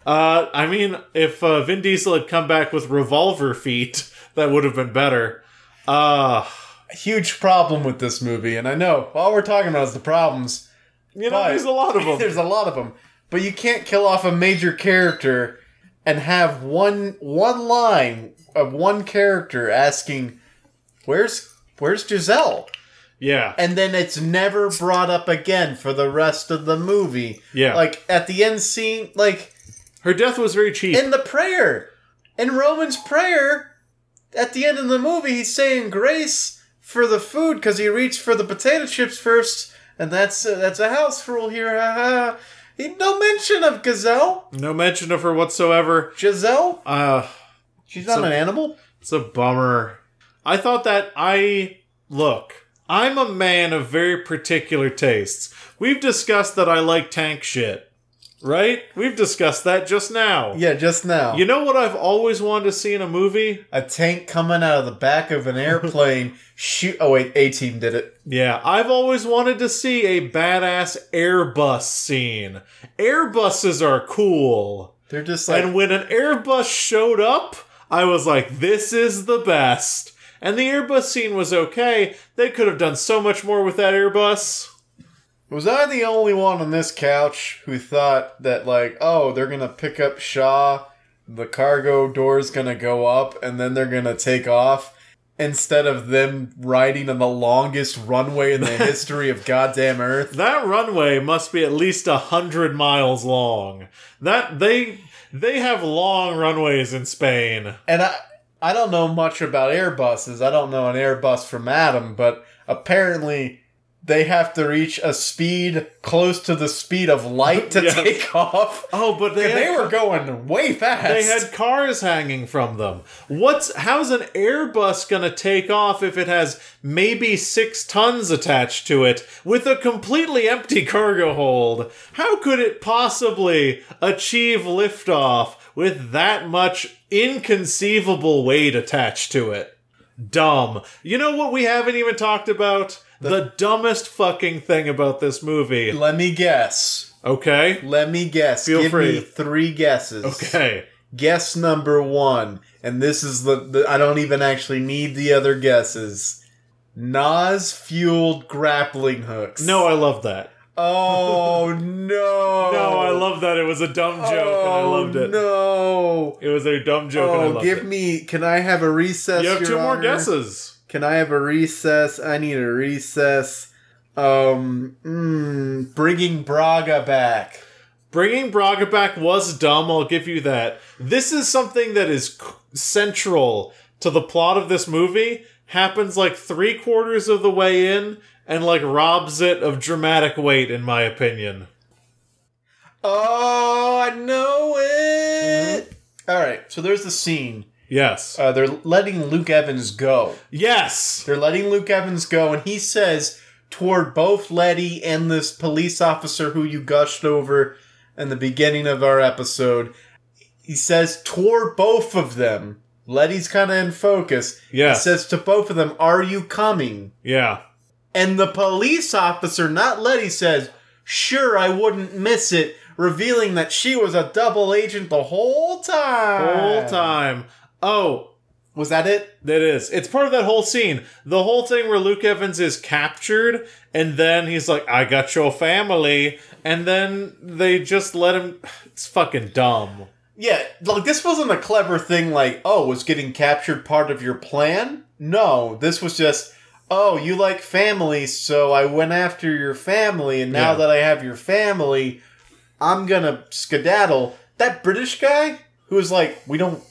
A: Uh, I mean, if uh, Vin Diesel had come back with revolver feet, that would have been better. Uh,
B: Huge problem with this movie, and I know all we're talking about is the problems.
A: you know,
B: But-
A: there's a lot of them.
B: There's a lot of them, but you can't kill off a major character and have one one line of one character asking, "Where's where's Giselle?"
A: yeah,
B: and then it's never brought up again for the rest of the movie.
A: yeah.
B: Like at the end scene, like
A: Her death was very cheap.
B: in the prayer, in Roman's prayer, at the end of the movie, he's saying grace for the food because he reached for the potato chips first, and that's a, that's a house rule here. Ha ha. He no mention of gazelle.
A: no mention of her whatsoever.
B: Giselle,
A: Uh,
B: she's not
A: So-
B: an animal.
A: It's a bummer. I thought that I look. I'm a man of very particular tastes. We've discussed that I like tank shit, right? We've discussed that just now.
B: Yeah, just now.
A: You know what I've always wanted to see in a movie?
B: a tank coming out of the back of an airplane. Shoot! Oh wait, A Team did it.
A: Yeah, I've always wanted to see a badass Airbus scene. Airbuses are cool.
B: They're just like
A: and when an Airbus showed up, I was like, this is the best. And the Airbus scene was okay. They could have done so much more with that Airbus.
B: Was I the only one on this couch who thought that, like, oh, they're gonna pick up Shaw, the cargo door's gonna go up, and then they're gonna take off instead of them riding on the longest runway in the history of goddamn Earth?
A: That runway must be at least a hundred miles long. That they they have long runways in Spain.
B: And I, I don't know much about Airbuses. I don't know an Airbus from Adam, but apparently they have to reach a speed close to the speed of light to
A: Yes.
B: take off.
A: Oh, but they,
B: they
A: had-
B: were going way fast.
A: they had cars hanging from them. What's how's an Airbus gonna take off if it has maybe six tons attached to it with a completely empty cargo hold? How could it possibly achieve liftoff with that much inconceivable weight attached to it? Dumb. You know what we haven't even talked about? the dumbest fucking thing about this movie.
B: Let me guess.
A: Okay?
B: Let me guess.
A: Feel
B: Give
A: free.
B: me three guesses.
A: Okay.
B: Guess number one, and this is the, the I don't even actually need the other guesses. Nas fueled grappling hooks.
A: No, I love that.
B: Oh no.
A: No, I love that. It was a dumb joke, and I
B: Oh,
A: loved it.
B: No.
A: It was a dumb joke, and I
B: Oh,
A: loved
B: give
A: it.
B: me. Can I have a recess?
A: you have
B: Your
A: two more
B: Honor?
A: guesses.
B: Can I have a recess? I need a recess. Um, mm, bringing Braga back.
A: Bringing Braga back was dumb. I'll give you that. This is something that is c- central to the plot of this movie. Happens like three quarters of the way in, and like robs it of dramatic weight, in my opinion.
B: Oh, I know it. Mm-hmm. All right, so there's the scene.
A: Yes.
B: Uh, they're letting Luke Evans go.
A: Yes.
B: They're letting Luke Evans go, and he says toward both Letty and this police officer who you gushed over in the beginning of our episode, he says toward both of them. Letty's kind of in focus. He
A: Yes.
B: says to both of them, "Are you coming?"
A: Yeah.
B: And the police officer, not Letty, says, Sure, I wouldn't miss it, revealing that she was a double agent the whole time.
A: Whole time. Oh,
B: Was that it?
A: That is. It's part of that whole scene. The whole thing where Luke Evans is captured and then he's like, I got your family. And then they just let him. It's fucking dumb.
B: Yeah, like this wasn't a clever thing like, oh, was getting captured part of your plan? No, this was just, oh, you like family, so I went after your family, and now
A: Yeah.
B: that I have your family, I'm gonna skedaddle. That British guy who was like, we don't,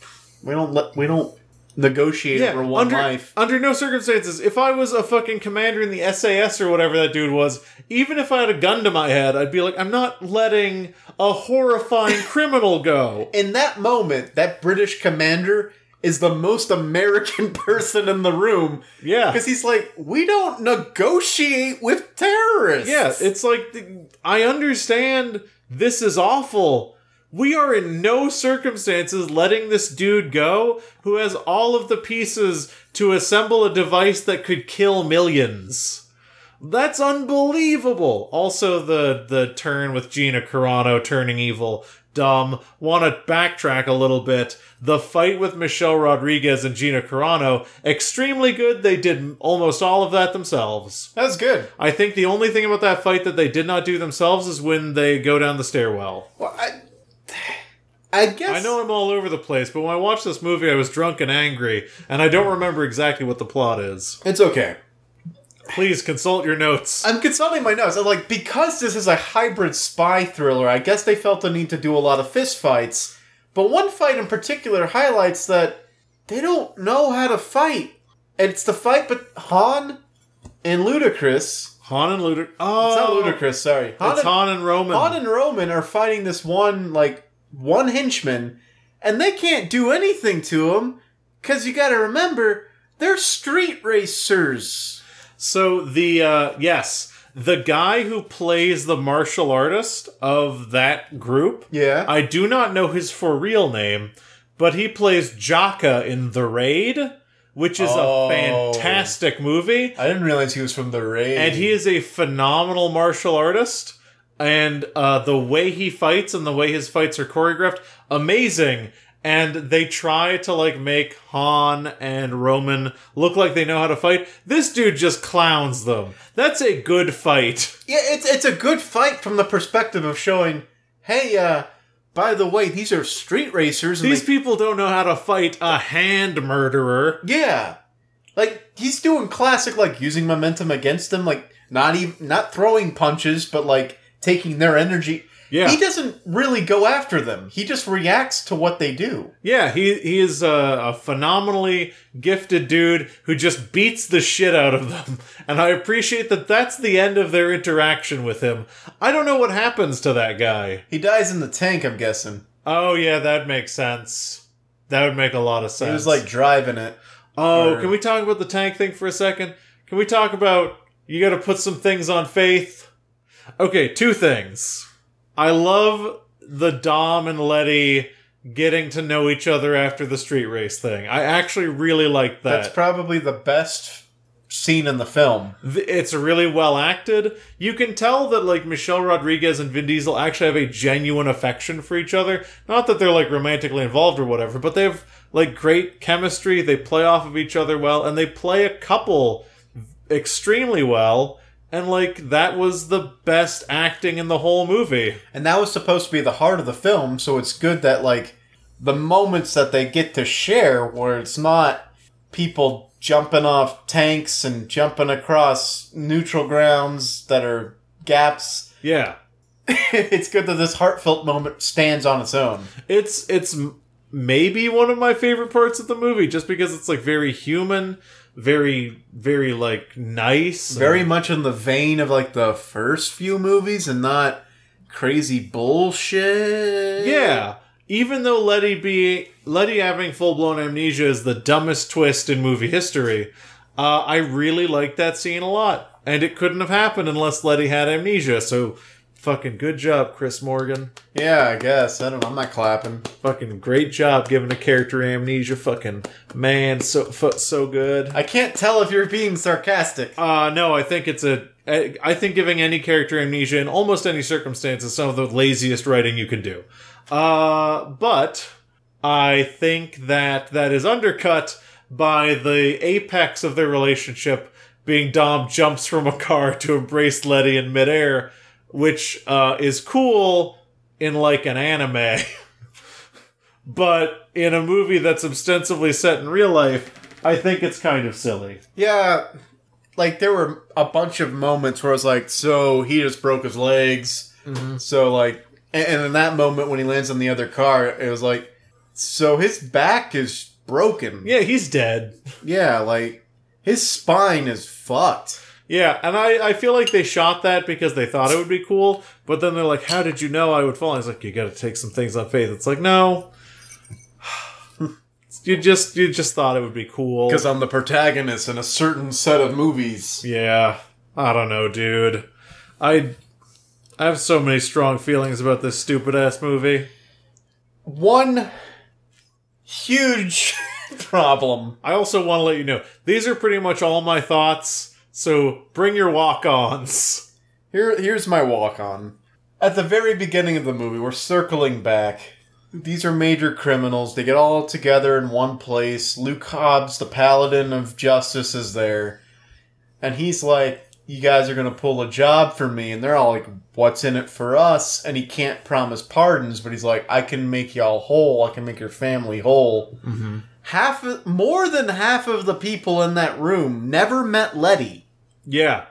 B: we don't let, we don't negotiate over one
A: under,
B: life.
A: under no circumstances. If I was a fucking commander in the SAS or whatever that dude was, even if I had a gun to my head, I'd be like, I'm not letting a horrifying criminal go.
B: in that moment, that British commander is the most American person in the room
A: Yeah.
B: because he's like, we don't negotiate with terrorists.
A: Yeah, it's like th- I understand this is awful. We are in no circumstances letting this dude go who has all of the pieces to assemble a device that could kill millions. That's unbelievable. Also, the the turn with Gina Carano turning evil, dumb. Want to backtrack a little bit. The fight with Michelle Rodriguez and Gina Carano, extremely good. They did almost all of that themselves.
B: That was good.
A: I think the only thing about that fight that they did not do themselves is when they go down the stairwell.
B: Well, I, I guess
A: I know I'm all over the place, but when I watched this movie, I was drunk and angry, and I don't remember exactly what the plot is.
B: it's okay.
A: Please consult your notes.
B: I'm consulting my notes. I'm like, because this is a hybrid spy thriller, I guess they felt the need to do a lot of fist fights. But one fight in particular highlights that they don't know how to fight. And it's the fight but Han and Ludacris.
A: Han and Ludic.
B: It's not
A: Oh,
B: Ludacris, sorry. Han
A: It's
B: and,
A: Han and Roman.
B: Han and Roman are fighting this one, like, one henchman, and they can't do anything to him, because you gotta remember, they're street racers.
A: so the uh, yes, the guy who plays the martial artist of that group.
B: Yeah.
A: I do not know his for real name, but he plays Jaka in The Raid, which is
B: Oh.
A: a fantastic movie.
B: I didn't realize he was from the raid.
A: And he is a phenomenal martial artist. And uh, the way he fights and the way his fights are choreographed, amazing. And they try to like make Han and Roman look like they know how to fight. This dude just clowns them. That's a good fight.
B: Yeah, it's it's a good fight from the perspective of showing, hey, uh, by the way, these are street racers. And
A: These
B: they,
A: people don't know how to fight a hand murderer.
B: yeah, like he's doing classic, like using momentum against them, like not even not throwing punches, but like taking their energy.
A: Yeah.
B: He doesn't really go after them. He just reacts to what they do.
A: Yeah, he he is a, a phenomenally gifted dude who just beats the shit out of them, and I appreciate that. That's the end of their interaction with him. I don't know what happens to that guy.
B: He dies in the tank, I'm guessing.
A: Oh yeah, that makes sense. That would make a lot of sense.
B: He was like driving it.
A: oh,
B: or-
A: can we talk about the tank thing for a second? Can we talk about you got to put some things on faith? Okay, two things. I love the Dom and Letty getting to know each other after the street race thing. I actually really liked that.
B: That's probably the best scene in the film.
A: Th- it's really well acted. You can tell that like Michelle Rodriguez and Vin Diesel actually have a genuine affection for each other. Not that they're like romantically involved or whatever, but they have like great chemistry. They play off of each other well, and they play a couple extremely well. And like that was the best acting in the whole movie.
B: And that was supposed to be the heart of the film, so it's good that like the moments that they get to share where it's not people jumping off tanks and jumping across neutral grounds that are gaps.
A: Yeah.
B: it's good that this heartfelt moment stands on its own.
A: it's it's m- maybe one of my favorite parts of the movie just because it's like very human very very like nice
B: Very much in the vein of like the first few movies and not crazy bullshit.
A: yeah even though letty be letty having full-blown amnesia is the dumbest twist in movie history uh, i really like that scene a lot and it couldn't have happened unless letty had amnesia so fucking good job chris morgan
B: Yeah, I guess. I don't know. I'm not clapping.
A: fucking great job giving a character amnesia fucking man so fu- so good
B: I can't tell if you're being sarcastic.
A: Uh, no, I think it's a. I I think giving any character amnesia in almost any circumstance is some of the laziest writing you can do. Uh, but I think that that is undercut by the apex of their relationship being Dom jumps from a car to embrace Letty in midair, which uh, is cool in like an anime. but in a movie that's ostensibly set in real life, I think it's kind of silly.
B: Yeah, like there were a bunch of moments where I was like, so he just broke his legs.
A: Mm-hmm.
B: So like, and, and in that moment when he lands on the other car, it was like, so his back is broken.
A: Yeah, he's dead.
B: Yeah, like his spine is fucked.
A: Yeah, and I, I feel like they shot that because they thought it would be cool, but then they're like, How did you know I would fall? And it's like, You gotta take some things on faith. It's like, no. you just you just thought it would be cool.
B: Because I'm the protagonist in a certain set of movies.
A: Yeah. I don't know, dude. I I have so many strong feelings about this stupid ass movie.
B: One huge problem.
A: I also want to let you know, these are pretty much all my thoughts. So bring your walk ons.
B: Here, here's my walk on. At the very beginning of the movie, we're circling back. These are major criminals. They get all together in one place. Luke Hobbs, the paladin of justice, is there. And he's like, You guys are going to pull a job for me. And they're all like, What's in it for us? And he can't promise pardons, but he's like, I can make y'all whole. I can make your family whole.
A: Mm-hmm.
B: Half, of- more than half of the people in that room never met Letty.
A: Yeah,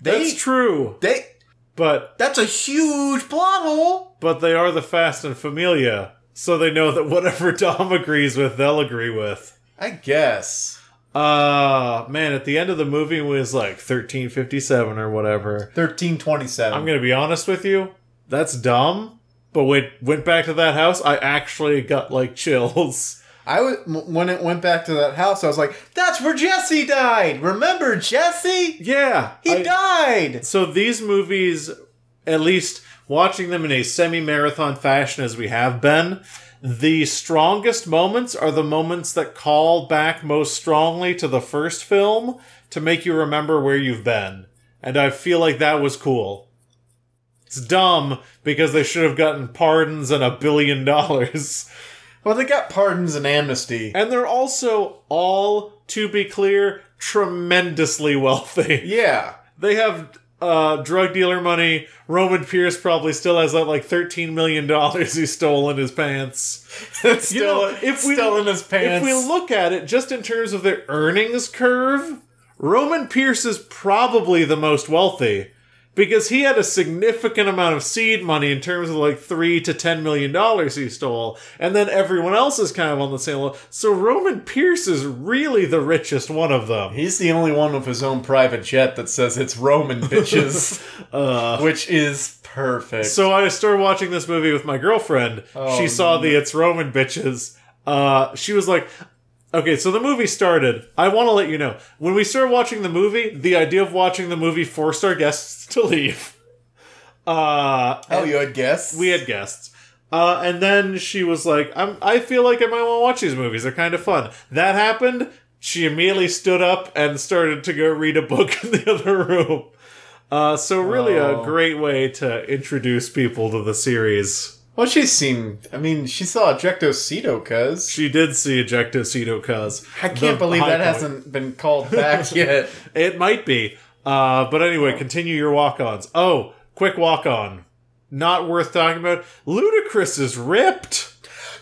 B: They,
A: that's true.
B: they,
A: But
B: that's a huge plot hole.
A: but they are the Fast and Familia, so they know that whatever Dom agrees with, they'll agree with.
B: I guess.
A: Uh man, at the end of the movie was like 1357 or whatever.
B: 1327.
A: I'm gonna be honest with you, that's dumb. But when went back to that house, I actually got like chills.
B: I was, m- when it went back to that house, I was like, that's where Jesse died. Remember Jesse?
A: Yeah,
B: He
A: I-
B: died.
A: So these movies, at least watching them in a semi-marathon fashion as we have been, the strongest moments are the moments that call back most strongly to the first film to make you remember where you've been. And I feel like that was cool. It's dumb because they should have gotten pardons and a billion dollars.
B: Well, they got pardons and amnesty.
A: And they're also all, to be clear, tremendously wealthy.
B: Yeah.
A: they have uh, drug dealer money. Roman Pierce probably still has that like thirteen million dollars he stole in his pants.
B: still
A: know, if we-
B: still in his pants.
A: If we look at it just in terms of their earnings curve, Roman Pierce is probably the most wealthy because he had a significant amount of seed money in terms of like three to ten million dollars he stole, and then everyone else is kind of on the same level. So Roman Pierce is really the richest one of them.
B: He's the only one with his own private jet that says it's Roman bitches,
A: Uh,
B: which is perfect.
A: So I started watching this movie with my girlfriend.
B: Oh,
A: she saw the It's Roman bitches. Uh, she was like, okay, so the movie started. I want to let you know. When we started watching the movie, the idea of watching the movie forced our guests to leave. Uh,
B: oh, you had guessed?
A: we had guests. Uh, and then she was like, I'm, I feel like I might want to watch these movies. They're kind of fun. That happened. She immediately stood up and started to go read a book in the other room. Uh, so, really,
B: Oh.
A: a great way to introduce people to the series.
B: Well, she's seen. I mean, she saw Ejectocito, cuz.
A: She did see Ejecto Cedo Cuz.
B: I can't believe that hasn't been called back yet. Oh.
A: It might be. Uh, but anyway, continue your walk ons. Oh, quick walk on. Not worth talking about. Ludacris is ripped.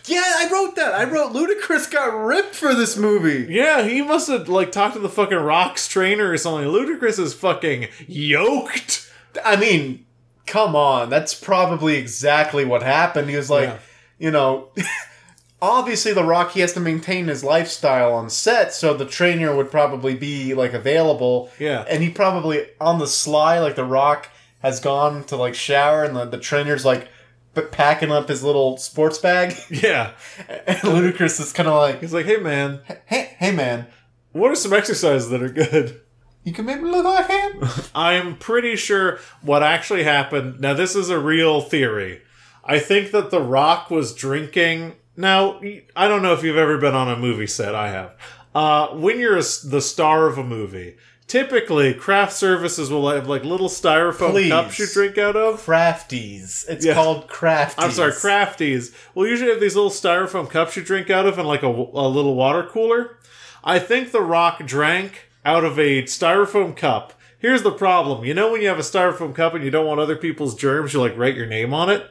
B: Yeah, I wrote that. I wrote Ludacris got ripped for this movie.
A: Yeah, he must have like talked to the fucking Rocks trainer or something. Ludacris is fucking yoked.
B: I mean, come on. That's probably exactly what happened. He was like,
A: Yeah.
B: you know, obviously The Rock he has to maintain his lifestyle on set, so the trainer would probably be like available.
A: Yeah.
B: And he probably on the sly like The Rock has gone to like shower and the, the trainer's like p- packing up his little sports bag
A: Yeah.
B: and Ludacris is kind of like,
A: He's like, hey man,
B: "Hey, hey man,
A: what are some exercises that are good?
B: you can make me look like him."
A: I'm pretty sure what actually happened. Now, this is a real theory. I think that The Rock was drinking. Now, I don't know if you've ever been on a movie set. I have. Uh, when you're a s the star of a movie, typically craft services will have like little styrofoam
B: Please.
A: cups you drink out of.
B: Crafties. It's
A: Yeah.
B: called Crafties.
A: I'm sorry, crafties. We'll usually have these little styrofoam cups you drink out of and like a, a little water cooler. I think The Rock drank out of a styrofoam cup. Here's the problem. You know when you have a styrofoam cup and you don't want other people's germs, you like write your name on it?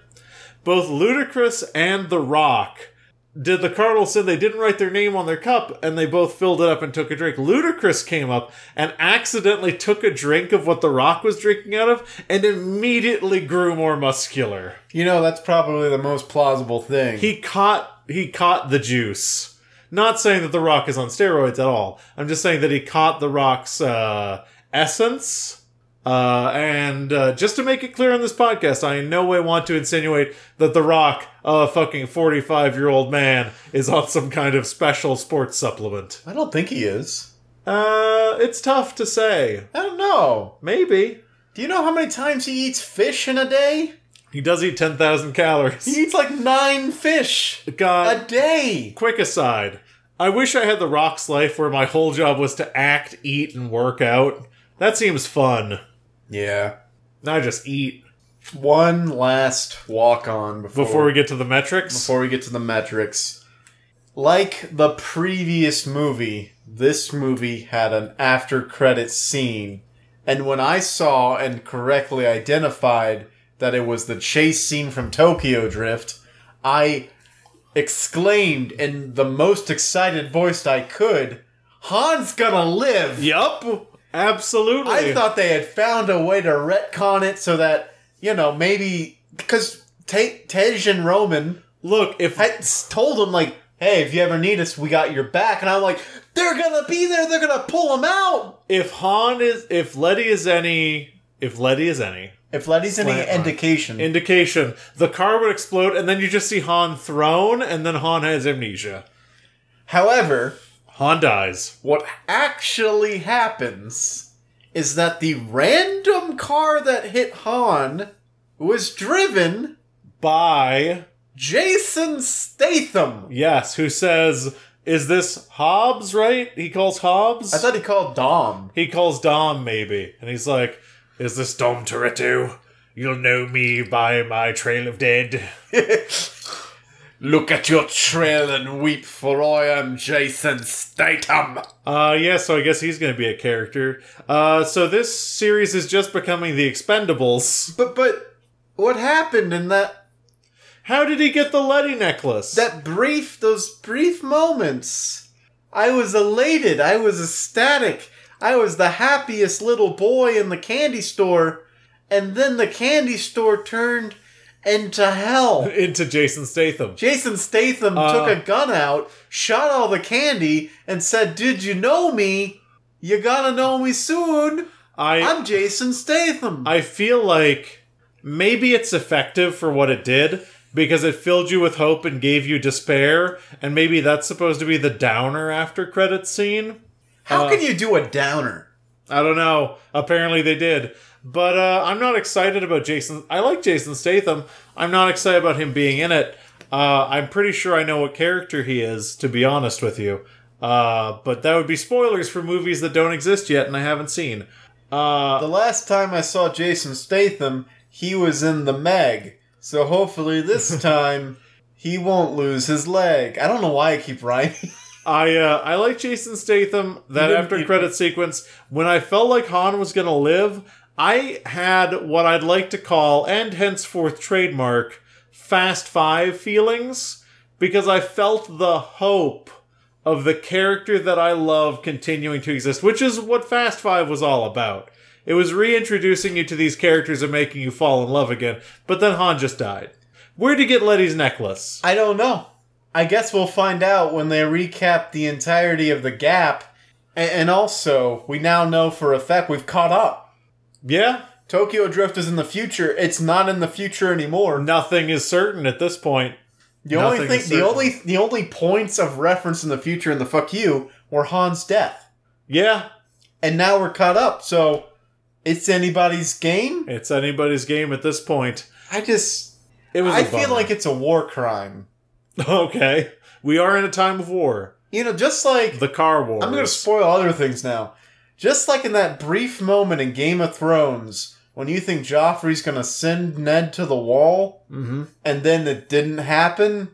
A: Both Ludacris and The Rock did the Cardinals sin. They didn't write their name on their cup and they both filled it up and took a drink. Ludacris came up and accidentally took a drink of what The Rock was drinking out of and immediately grew more muscular.
B: You know, that's probably the most plausible thing.
A: he caught he caught the juice. Not saying that the Rock is on steroids at all. I'm just saying that he caught the Rock's uh, essence. Uh, and uh, just to make it clear on this podcast, I in no way want to insinuate that the Rock, a fucking 45 year old man, is on some kind of special sports supplement.
B: I don't think he is.
A: Uh, it's tough to say.
B: I don't know.
A: Maybe
B: Do you know how many times he eats fish in a day?
A: he does eat 10,000 calories.
B: He eats like nine fish
A: God,
B: a day.
A: Quick aside. I wish I had The Rock's life where my whole job was to act, eat, and work out. That seems fun.
B: Yeah.
A: Now just eat
B: One last walk on before,
A: before we get to the metrics.
B: before we get to the metrics. Like the previous movie, this movie had an after credit scene. And when I saw and correctly identified that it was the chase scene from Tokyo Drift, I exclaimed in the most excited voice I could, Han's gonna live!
A: yup. Absolutely.
B: I thought they had found a way to retcon it so that you know maybe because Te- Tej and Roman
A: Look, if
B: had s- told him like, "Hey, if you ever need us, we got your back," and I'm like, "They're gonna be there. They're gonna pull him out."
A: if Han is if Letty is any if Letty is any
B: If Letty's any
A: Slant line.
B: indication,
A: indication, the car would explode and then you just see Han thrown and then Han has amnesia.
B: however,
A: Han dies.
B: what actually happens is that the random car that hit Han was driven
A: By
B: Jason Statham.
A: yes, who says is this Hobbs, right? He calls Hobbs.
B: I thought he called Dom.
A: He calls Dom, maybe, and he's like, Is this Dom Toretto? You'll know me by my trail of dead.
B: Look at your trail and weep, for I am Jason Statham.
A: Uh, yeah, so I guess he's gonna be a character. Uh, so this series is just becoming the Expendables.
B: But but what happened in that
A: How did he get the Letty necklace?
B: that brief those brief moments? I was elated. I was ecstatic. I was the happiest little boy in the candy store, and then the candy store turned into hell.
A: into Jason Statham.
B: Jason Statham
A: Uh,
B: took a gun out, shot all the candy, and said, "Did you know me? You gotta know me soon."
A: I
B: I'm Jason Statham.
A: I feel like maybe it's effective for what it did because it filled you with hope and gave you despair, and maybe that's supposed to be the downer after credit scene. uh,
B: How can you do a downer?
A: I don't know. Apparently they did. But uh, I'm not excited about Jason. I like Jason Statham. I'm not excited about him being in it. Uh, I'm pretty sure I know what character he is, to be honest with you. Uh, but that would be spoilers for movies that don't exist yet and I haven't seen. Uh,
B: The last time I saw Jason Statham, he was in the Meg. So hopefully this time he won't lose his leg. I don't know why I keep rhyming.
A: I uh, I like Jason Statham. That
B: didn't-
A: after
B: you-
A: credit sequence, when I felt like Han was gonna live, I had what I'd like to call and henceforth trademark Fast Five feelings because I felt the hope of the character that I love continuing to exist, which is what Fast Five was all about. It was reintroducing you to these characters and making you fall in love again. But then Han just died. Where'd you get Letty's necklace?
B: I don't know. I guess we'll find out when they recap the entirety of the gap. A- And also, we now know for a fact we've caught up.
A: Yeah,
B: Tokyo Drift is in the future. It's not in the future anymore.
A: nothing is certain at this point.
B: The only
A: Nothing
B: thing,
A: is
B: the
A: certain.
B: only, the only points of reference in the future in the fuck you were Han's death,
A: Yeah,
B: and now we're caught up. So it's anybody's game.
A: it's anybody's game at this point.
B: I just,
A: It was.
B: I
A: a
B: feel
A: bummer.
B: like it's a war crime.
A: okay. We are in a time of war.
B: You know, just like
A: The car war.
B: I'm going to spoil other things now. Just like in that brief moment in Game of Thrones when you think Joffrey's going to send Ned to the wall,
A: hmm
B: and then it didn't happen.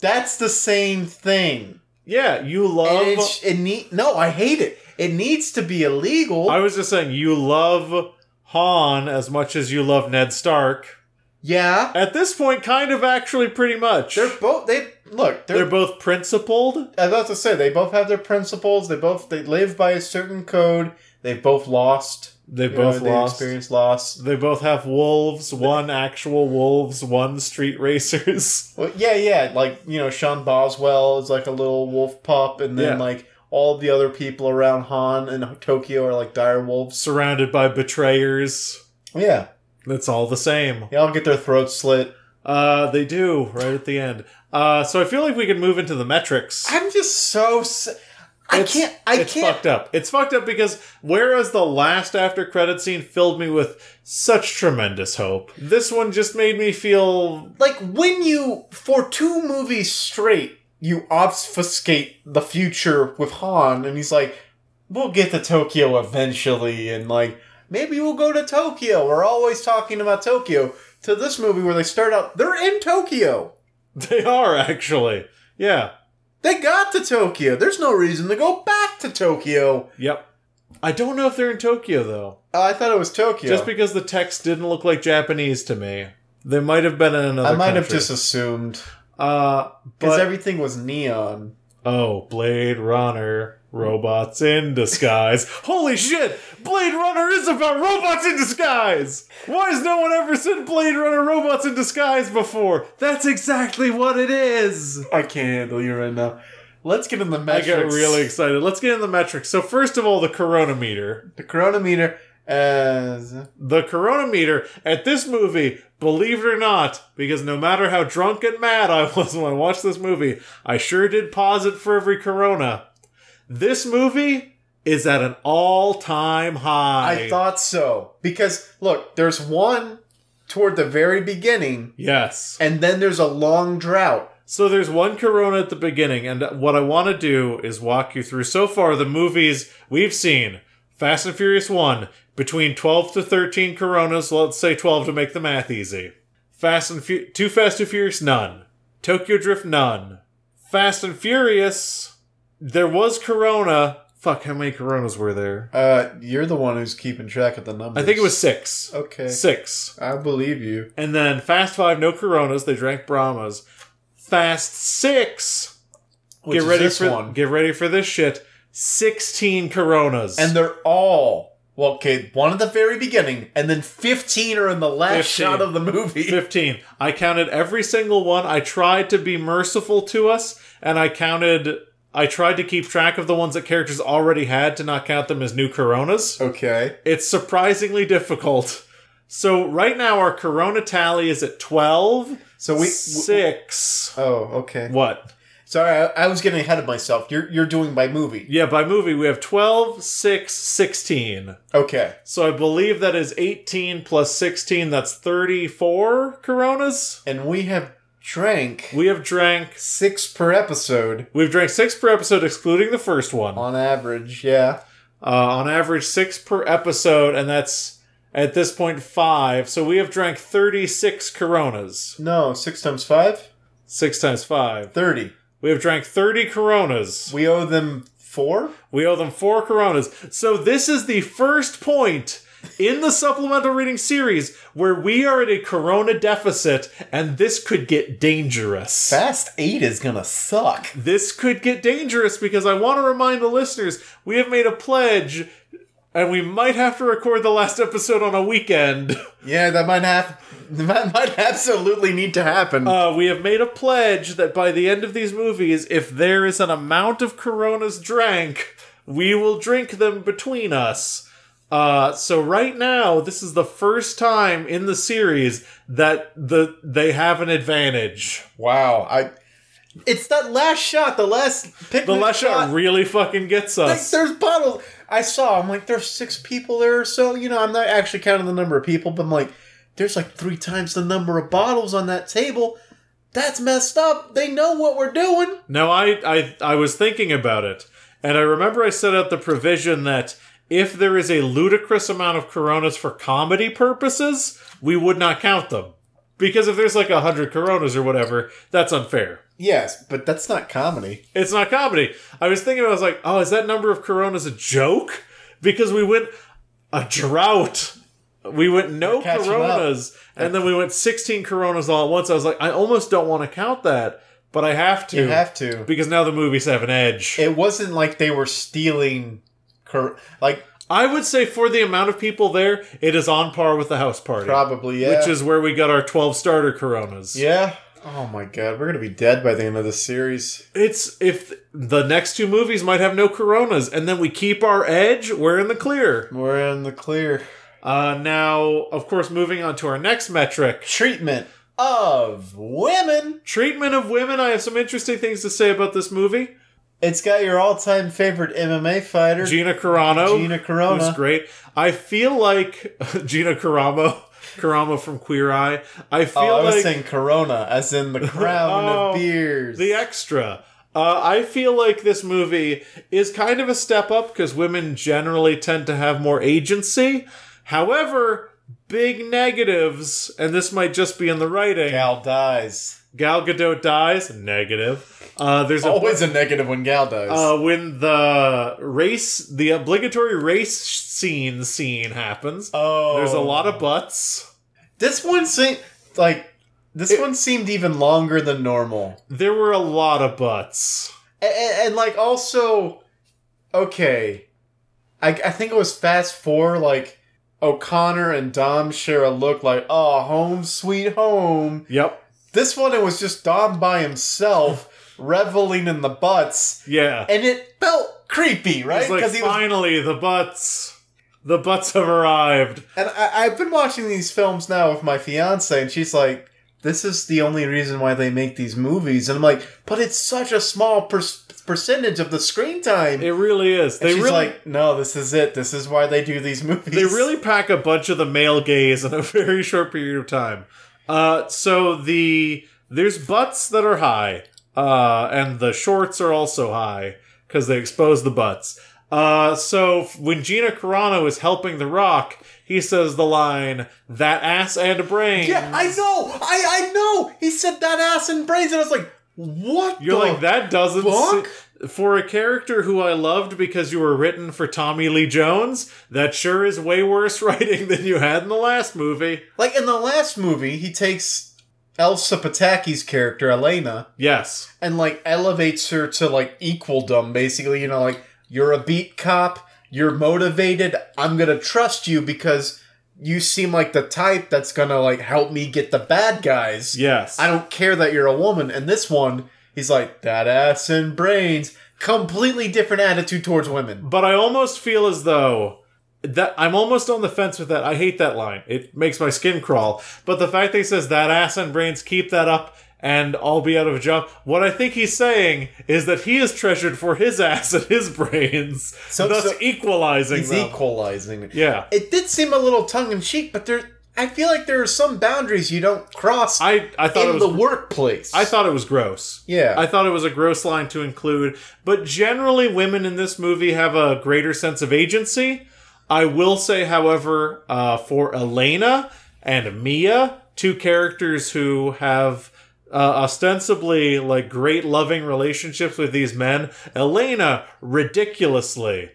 B: That's the same thing.
A: Yeah, you
B: And
A: love.
B: it's, it need no, I hate it. It needs to be illegal.
A: I was just saying, you love Han as much as you love Ned Stark.
B: Yeah,
A: At this point, kind of actually pretty much.
B: they're both. They look. They're.
A: They're both principled.
B: I was about to say they both have their principles. They both they live by a certain code. They've both lost.
A: They
B: You
A: both
B: know,
A: lost.
B: Experience loss.
A: They both have wolves. One actual wolves. One street racers.
B: Well, yeah, yeah. Like you know, Sean Boswell is like a little wolf pup, and then
A: Yeah.
B: like all the other people around Han and Tokyo are like dire wolves.
A: Surrounded by betrayers.
B: Yeah,
A: That's all the same.
B: they all get their throats slit.
A: Uh, they do right at the end. Uh, so I feel like we could move into the metrics.
B: I'm just so. s I
A: It's-
B: can't. I
A: it's
B: can't.
A: fucked up. It's fucked up because whereas the last after credit scene filled me with such tremendous hope, this one just made me feel
B: like when you for two movies straight you obfuscate the future with han and he's like we'll get to Tokyo eventually, and like maybe we'll go to Tokyo. We're always talking about Tokyo. To this movie where they start out, they're in Tokyo.
A: They are actually. Yeah.
B: They got to Tokyo. There's no reason to go back to Tokyo.
A: Yep. I don't know if they're in Tokyo though.
B: Uh, I thought it was Tokyo.
A: Just because the text didn't look like Japanese to me. They might have been in another
B: I might have
A: country.
B: just assumed
A: uh
B: because
A: but
B: everything was neon.
A: Oh, Blade Runner, robots in disguise. Holy shit! Blade Runner is about robots in disguise! Why has no one ever said Blade Runner robots in disguise before? That's exactly what it is!
B: I can't handle you right now. Let's get in the metrics.
A: I got really excited. Let's get in the metrics. So, first of all, the coronameter.
B: the chronometer as
A: The coronameter at this movie, believe it or not, because no matter how drunk and mad I was when I watched this movie, I sure did pause it for every corona. This movie is at an all time high.
B: I thought so because look, there's one toward the very beginning,
A: Yes.
B: and then there's a long drought.
A: So there's one corona at the beginning, and what I want to do is walk you through so far the movies we've seen Fast and Furious 1, between 12 to 13 coronas, let's say 12 to make the math easy. Fast and Fu- Too Fast and Furious, none. Tokyo Drift, none. Fast and Furious, there was corona. Fuck, how many coronas were there?
B: Uh, you're the one who's keeping track of the numbers.
A: I think it was six.
B: okay.
A: Six.
B: I believe you.
A: And then Fast Five, no Coronas. They drank Brahmas. Fast Six,
B: Which
A: get
B: is
A: ready
B: this
A: for
B: one.
A: get ready for this shit. Sixteen Coronas
B: and they're all well, okay. One at the very beginning, and then fifteen are in the last
A: 15.
B: shot of the movie.
A: fifteen. I counted every single one. I tried to be merciful to us, and I counted. I tried to keep track of the ones that characters already had to not count them as new Coronas.
B: Okay.
A: It's surprisingly difficult. So right now our Corona tally is at twelve.
B: So we. w-
A: six.
B: oh, okay.
A: What?
B: Sorry, I, I was getting ahead of myself. You're you're doing by movie.
A: Yeah, by movie, we have 12, 6, 16.
B: Okay.
A: So I believe that is 18 plus 16. That's 34 coronas.
B: And we have drank
A: We have drank.
B: six per episode
A: We've drank six per episode, excluding the first one. Uh,
B: on average. Yeah.
A: on average, six per episode, and that's at this point five. So we have drank 36 coronas.
B: No, six times five?
A: Six times five.
B: 30.
A: We have drank 30 coronas.
B: We owe them four?
A: We owe them four coronas. So this is the first point in the supplemental reading series where we are at a corona deficit, and this could get dangerous.
B: Fast eight is gonna suck.
A: This could get dangerous because I want to remind the listeners we have made a pledge, and we might have to record the last episode on a weekend.
B: Yeah, that might have that might absolutely need to happen.
A: Uh, we have made a pledge that by the end of these movies, if there is an amount of Coronas drank, we will drink them between us. Uh, so right now, this is the first time in the series that the they have an advantage.
B: wow. I It's that last shot, the last pick.
A: The last shot really fucking gets
B: like,
A: us.
B: there's bottles. I saw, I'm like, there's six people there or so. You know, I'm not actually counting the number of people, but I'm like, there's like three times the number of bottles on that table. That's messed up. They know what we're doing.
A: Now I, I I was thinking about it, and I remember I set out the provision that if there is a ludicrous amount of coronas for comedy purposes, we would not count them. Because if there's like a hundred coronas or whatever, that's unfair.
B: Yes, but that's not comedy.
A: It's not comedy. I was thinking I was like, oh, is that number of coronas a joke? Because we went a drought. We went no
B: They're catching
A: coronas, and then we went sixteen coronas all at once. I was like, I almost don't want to count that, but I have to
B: You have to.
A: because now the movies have an edge.
B: it wasn't like they were stealing cor- like
A: I would say for the amount of people there, it is on par with the house party,
B: probably yeah
A: which is where we got our 12 starter coronas.
B: yeah oh my god we're gonna be dead by the end of the series
A: It's if the next two movies might have no coronas and then we keep our edge, we're in the clear.
B: we're in the clear
A: Uh, now, of course, moving on to our next metric
B: treatment of women
A: treatment of women. I have some interesting things to say about this movie.
B: it's got your all-time favorite mma fighter
A: Gina Carano.
B: Gina Carano.
A: Who's great. I feel like Gina Caramo, Caramo from Queer Eye. I feel
B: oh, i was
A: like
B: saying corona as in the crown
A: Oh,
B: of beers
A: the extra. Uh, I feel like this movie is kind of a step up because women generally tend to have more agency. However, big negatives, and this might just be in the writing.
B: Gal dies.
A: Gal Gadot dies. Negative. Uh, there's a
B: Always a negative when Gal dies.
A: uh, when the race, the obligatory race scene scene happens.
B: oh,
A: There's a lot of butts.
B: This one seemed like this
A: It-
B: one seemed even longer than normal,
A: There were a lot of butts.
B: and, and, like also, okay, I, I think it was Fast Four. Like O'Connor and Dom share a look, like oh, home sweet home.
A: Yep.
B: This one, it was just Dom by himself, reveling in the butts,
A: Yeah.
B: and it felt creepy, right?
A: It's like, finally, the butts. The butts have arrived.
B: And I, I've been watching these films now with my fiance, and she's like, "This is the only reason why they make these movies." And I'm like, "But it's such a small per- percentage of the screen time."
A: It really is.
B: and
A: They
B: she's
A: really,
B: like, "No, this is it. This is why they do these movies."
A: they really pack a bunch of the male gaze in a very short period of time. Uh, so the there's butts that are high, uh, and the shorts are also high because they expose the butts. Uh, so f- when Gina Carano is helping The Rock, he says the line "that ass and brain."
B: Yeah, I know. I I know. He said that ass and brains, and I was like, "What?"
A: You're
B: the
A: like that doesn't
B: fuck?
A: s- for a character who I loved because you were written for Tommy Lee Jones. That sure is way worse writing than you had in the last movie.
B: Like in the last movie, he takes Elsa Pataki's character Elena
A: Yes,
B: and like elevates her to like equaldom basically you know like you're a beat cop you're motivated i'm gonna trust you because you seem like the type that's gonna like help me get the bad guys
A: yes.
B: i don't care that you're a woman and this one he's like that ass and brains completely different attitude towards women
A: but I almost feel as though that I'm almost on the fence with that. I hate that line. It makes my skin crawl. But the fact that he says that ass and brains keep that up and I'll be out of a job. What I think he's saying is that he is treasured for his ass and his brains,
B: So-
A: thus
B: so-
A: equalizing
B: he's
A: them.
B: equalizing
A: yeah.
B: it did seem a little tongue-in-cheek but there i feel like there are some boundaries you don't cross
A: I, I thought it
B: in
A: was
B: the workplace
A: I thought it was gross.
B: yeah
A: I thought it was a gross line to include, but generally women in this movie have a greater sense of agency. I will say, however, uh, for Elena and Mia, two characters who have uh, ostensibly like great loving relationships with these men, Elena ridiculously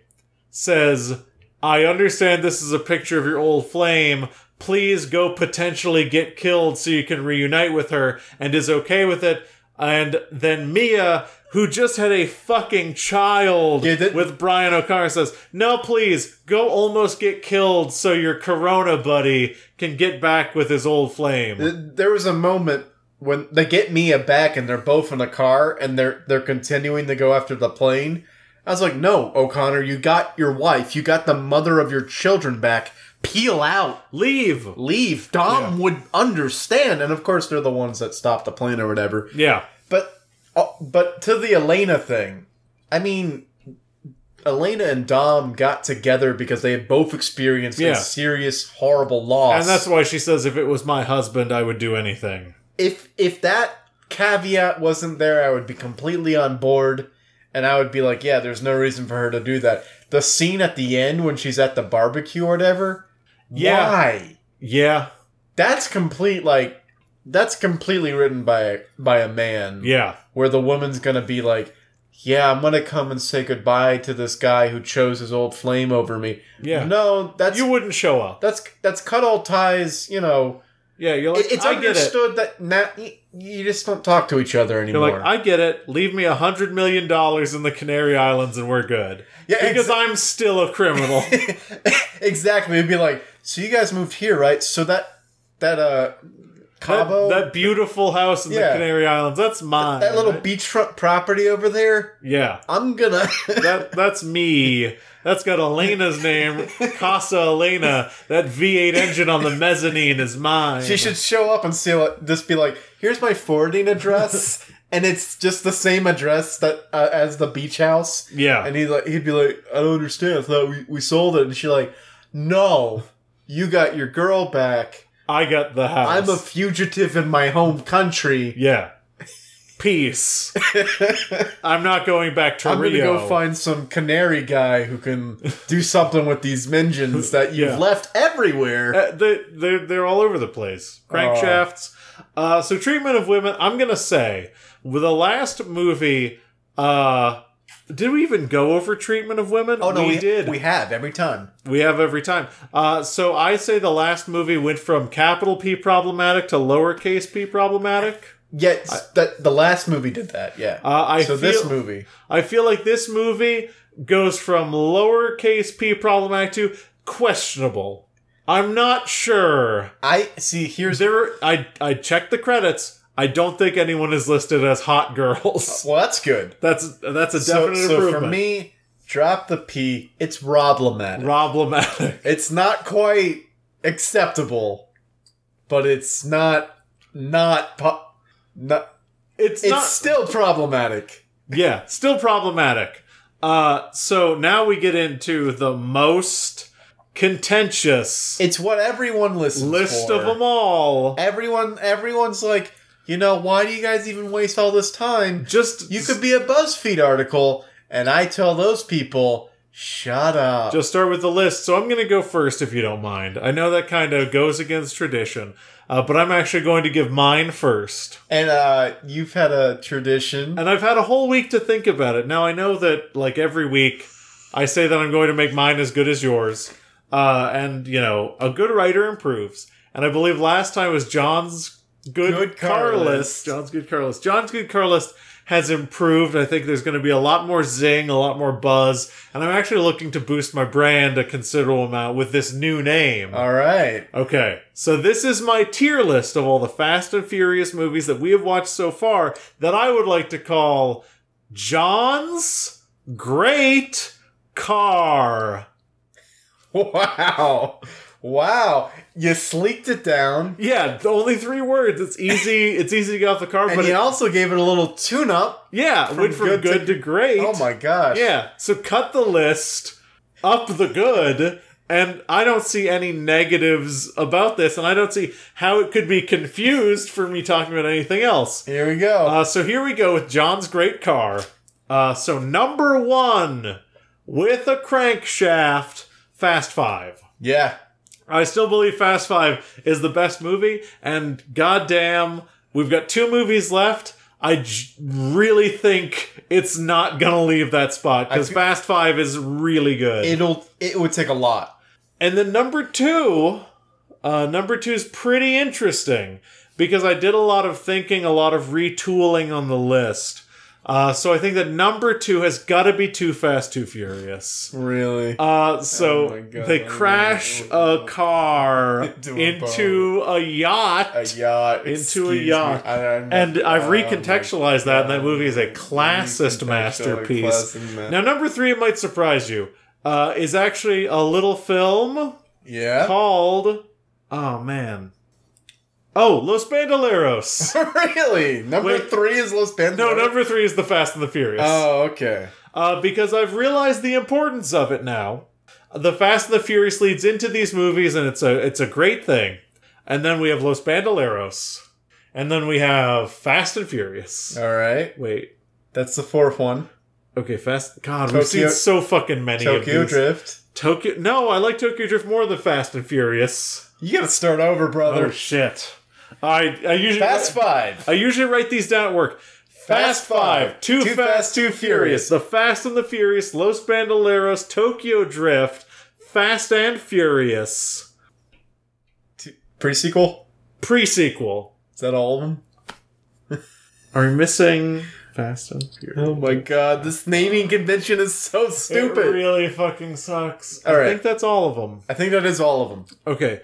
A: says, I understand this is a picture of your old flame. Please go potentially get killed so you can reunite with her and is okay with it. And then Mia, who just had a fucking child
B: Yeah, that-
A: with Brian O'Connor, says, No, please go almost get killed so your Corona buddy can get back with his old flame.
B: Th- there was a moment when they get Mia back and they're both in a car and they're they're continuing to go after the plane. I was like, "No, O'Connor, you got your wife, you got the mother of your children back. Peel out,
A: Leave.
B: leave." Dom would understand, and of course, they're the ones that stop the plane or whatever.
A: Yeah.
B: But uh, but to the Elena thing, I mean, Elena and Dom got together because they had both experienced
A: Yeah.
B: a serious, horrible loss,
A: And that's why she says, If it was my husband, I would do anything.
B: if if that caveat wasn't there, I would be completely on board, and I would be like, yeah, there's no reason for her to do that. The scene at the end when she's at the barbecue or whatever,
A: Yeah.
B: why?
A: Yeah.
B: That's complete like that's completely written by by a man.
A: Yeah.
B: Where the woman's gonna be like, yeah, I'm gonna come and say goodbye to this guy who chose his old flame over me.
A: Yeah.
B: No, that's
A: You wouldn't show up.
B: that's that's cut all ties. You know,
A: Yeah, you're like,
B: It- it's
A: I get it.
B: understood that now you, you just don't talk to each other
A: You're
B: anymore.
A: like, I get it. Leave me a hundred million dollars in the Canary Islands and we're good.
B: Yeah,
A: Because I'm still a criminal.
B: exactly. It'd be like, so you guys moved here, right? So that that uh Cabo,
A: that,
B: that,
A: that beautiful house in
B: Yeah.
A: the Canary Islands, that's mine.
B: little beachfront property over there,
A: Yeah.
B: I'm gonna.
A: That that's me. That's got Elena's name, Casa Elena. That V8 engine on the mezzanine is mine.
B: she should show up and see what just be like, here's my forwarding address, and it's just the same address that uh, as the beach house.
A: Yeah.
B: And he'd like, he'd be like, I don't understand. I thought we, we sold it, and she's like, no. You got your girl back.
A: I got the house.
B: I'm a fugitive in my home country.
A: Yeah. Peace. I'm not going back to
B: I'm gonna
A: Rio.
B: go find some canary guy who can do something with these minions that you've
A: Yeah.
B: left everywhere.
A: Uh, they, they're, they're all over the place. Crankshafts.
B: Oh.
A: Uh, so, treatment of women, I'm going to say, with the last movie, uh, did we even go over treatment of women?
B: oh no, we,
A: did.
B: We have every time.
A: We have every time. Uh, so, I say the last movie went from capital P problematic to lowercase p problematic.
B: Yet that the last movie did that. Yeah.
A: Uh, I
B: so
A: feel,
B: this movie,
A: I feel like this movie goes from lowercase p problematic to questionable. I'm not sure.
B: I see. Here's
A: There, I I checked the credits. I don't think anyone is listed as hot girls.
B: well, that's good.
A: That's that's a
B: So,
A: definite
B: so for
A: improvement.
B: me, drop the P. It's problematic.
A: problematic.
B: It's not quite acceptable, but it's not not po- not.
A: It's,
B: It's
A: not.
B: still problematic.
A: yeah, still problematic. Uh, so now we get into the most contentious
B: It's what everyone listens
A: list
B: for.
A: of them all.
B: Everyone, everyone's like, you know, why do you guys even waste all this time?
A: Just
B: You could be a BuzzFeed article, and I tell those people, shut up.
A: Just start with the list. So I'm going to go first, if you don't mind. I know that kind of goes against tradition, uh, but I'm actually going to give mine first.
B: and uh, you've had a tradition.
A: And I've had a whole week to think about it. Now I know that, like every week, I say that I'm going to make mine as good as yours. Uh, and you know, a good writer improves. And I believe last time was John's good,
B: Good
A: car
B: car list.
A: list. John's good car list. John's good car list has improved. I think there's going to be a lot more zing, a lot more buzz, and I'm actually looking to boost my brand a considerable amount with this new name.
B: all right.
A: Okay, so this is my tier list of all the Fast and Furious movies that we have watched so far that I would like to call John's Great Car.
B: Wow. Wow. You sleeked it down.
A: Yeah, the only three words. It's easy. It's easy to get off the car,
B: And
A: but
B: you
A: it-
B: also gave it a little tune up.
A: yeah, it went
B: from
A: from good,
B: good to-
A: to, great.
B: Oh my gosh.
A: Yeah, so cut the list, up the good, and I don't see any negatives about this, and I don't see how it could be confused for me talking about anything else.
B: Here we go.
A: Uh, so here we go with John's great car. Uh, so number one with a crankshaft, Fast Five.
B: yeah.
A: I still believe Fast Five is the best movie, and goddamn, we've got two movies left. I j- really think it's not gonna leave that spot because
B: I fe-
A: Fast Five is really good.
B: It'll it would take a lot.
A: And then number two, uh, number two is pretty interesting because I did a lot of thinking, a lot of retooling on the list. Uh, so I think that number two has got to be Too Fast, Too Furious.
B: Really?
A: Uh, so
B: Oh my God,
A: they
B: I'm gonna
A: crash
B: go-
A: a car
B: Into a
A: into a yacht.
B: a yacht.
A: Into a
B: excuse me.
A: yacht.
B: I- I'm-
A: And I've
B: oh
A: recontextualized that, and
B: my
A: that movie is a
B: God.
A: classist
B: Recontextualized
A: masterpiece.
B: classic ma-
A: Now, number three, it might surprise you, uh, is actually a little film
B: yeah.
A: called Uh, oh man oh los bandoleros
B: really? Number
A: Wait.
B: three is Los Bandos.
A: no number three is the fast and the furious
B: Oh, okay.
A: uh, because i've realized the importance of it now the fast and the furious leads into these movies and it's a it's a great thing and then we have los bandoleros and then we have fast and furious
B: All right.
A: wait
B: That's the fourth one.
A: okay fast god
B: Tokyo-
A: we've seen so fucking many of
B: Tokyo
A: these
B: Drift.
A: tokyo no i like tokyo drift more than fast and furious
B: You gotta start over,
A: oh
B: brother.
A: shit i i usually
B: Fast five.
A: I usually write these down at work. Fast,
B: Fast
A: Five,
B: Five,
A: Too,
B: Too
A: Fast,
B: Fast,
A: Too
B: Too
A: Furious,
B: Furious.
A: The Fast and the Furious, Los Bandoleros, Tokyo Drift, Fast and Furious,
B: Pre sequel.
A: pre-sequel.
B: Is that all of them?
A: Are we missing Fast and Furious?
B: Oh my god, this naming convention is so stupid.
A: It really fucking sucks. I
B: All right.
A: think that's all of them.
B: I think that is all of them.
A: Okay,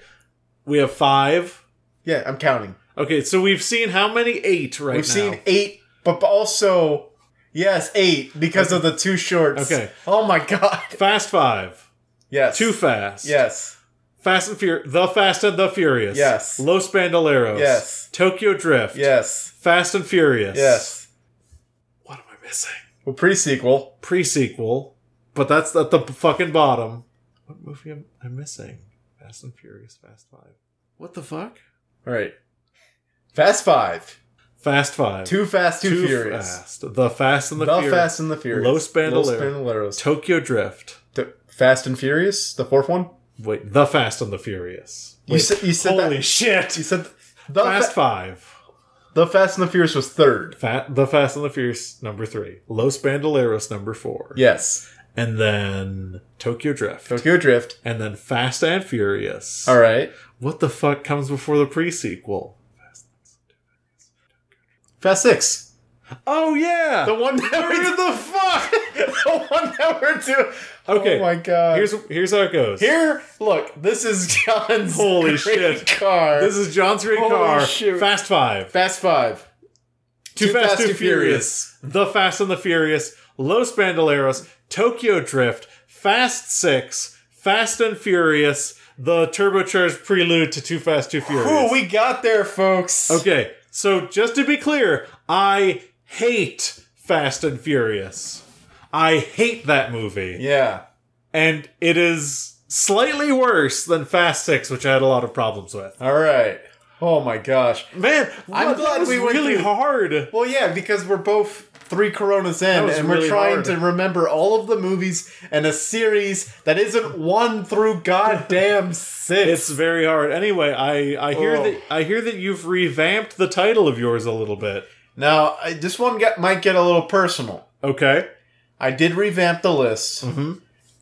A: we have five.
B: Yeah, I'm counting.
A: Okay, so we've seen how many? Eight right
B: We've
A: now.
B: seen eight, but also yes, eight because of the two shorts.
A: Okay.
B: Oh my god.
A: Fast Five,
B: Yes.
A: Too Fast,
B: Yes.
A: Fast and Furious, The Fast and the Furious,
B: Yes.
A: Los Bandoleros,
B: Yes.
A: Tokyo Drift,
B: Yes.
A: Fast and Furious.
B: Yes.
A: What am I missing?
B: Well, pre sequel.
A: Pre-sequel, but that's at the fucking bottom. What movie am I missing? Fast and Furious, Fast Five. What the fuck?
B: All right. Fast Five.
A: Fast Five.
B: Too fast, too,
A: Too
B: furious.
A: Fast. The Fast and the,
B: The
A: Furious.
B: Fast and the Furious.
A: Los Bandoleros.
B: Los Bandoleros.
A: Tokyo Drift.
B: T- fast and Furious, the fourth one.
A: Wait, The Fast and the Furious.
B: You
A: Wait,
B: said- you said
A: holy
B: that-
A: shit!
B: You said th- the
A: Fast
B: Fa-
A: Five.
B: the Fast and the Furious was third.
A: Fat, the Fast and the Furious number three. Los Bandoleros number four.
B: Yes,
A: And then Tokyo Drift.
B: Tokyo Drift.
A: And then Fast and Furious.
B: All right,
A: What the fuck comes before the prequel?
B: Fast Six.
A: Oh yeah.
B: The one that
A: Where
B: we're
A: the fuck?
B: the one that we're doing.
A: Okay.
B: Oh my god.
A: Here's here's how it goes.
B: here. Look, this is John's
A: Holy
B: great
A: shit.
B: car.
A: This is John's great
B: Holy
A: car.
B: shit.
A: Fast Five.
B: Fast Five.
A: Too, Fast, Too Furious. The Fast and the Furious. Los Bandoleros. Tokyo Drift. Fast Six. Fast and Furious. The turbocharged prelude to Too Fast Too Furious.
B: Ooh, we got there, folks.
A: Okay, so just to be clear, I hate Fast and Furious. I hate that movie.
B: Yeah.
A: And it is slightly worse than Fast 6, which I had a lot of problems with.
B: All right. Oh my gosh.
A: Man,
B: I'm
A: wow,
B: glad
A: that was
B: we went
A: really
B: through-
A: hard.
B: Well, yeah, because we're both three Coronas in,
A: was
B: and
A: really
B: we're trying
A: hard.
B: to remember all of the movies and a series that isn't one through goddamn
A: It's
B: six.
A: very hard. Anyway, I, I hear
B: Oh.
A: that I hear that you've revamped the title of yours a little bit.
B: now, I, this one get, might get a little personal.
A: Okay.
B: I did revamp the list.
A: Mm-hmm.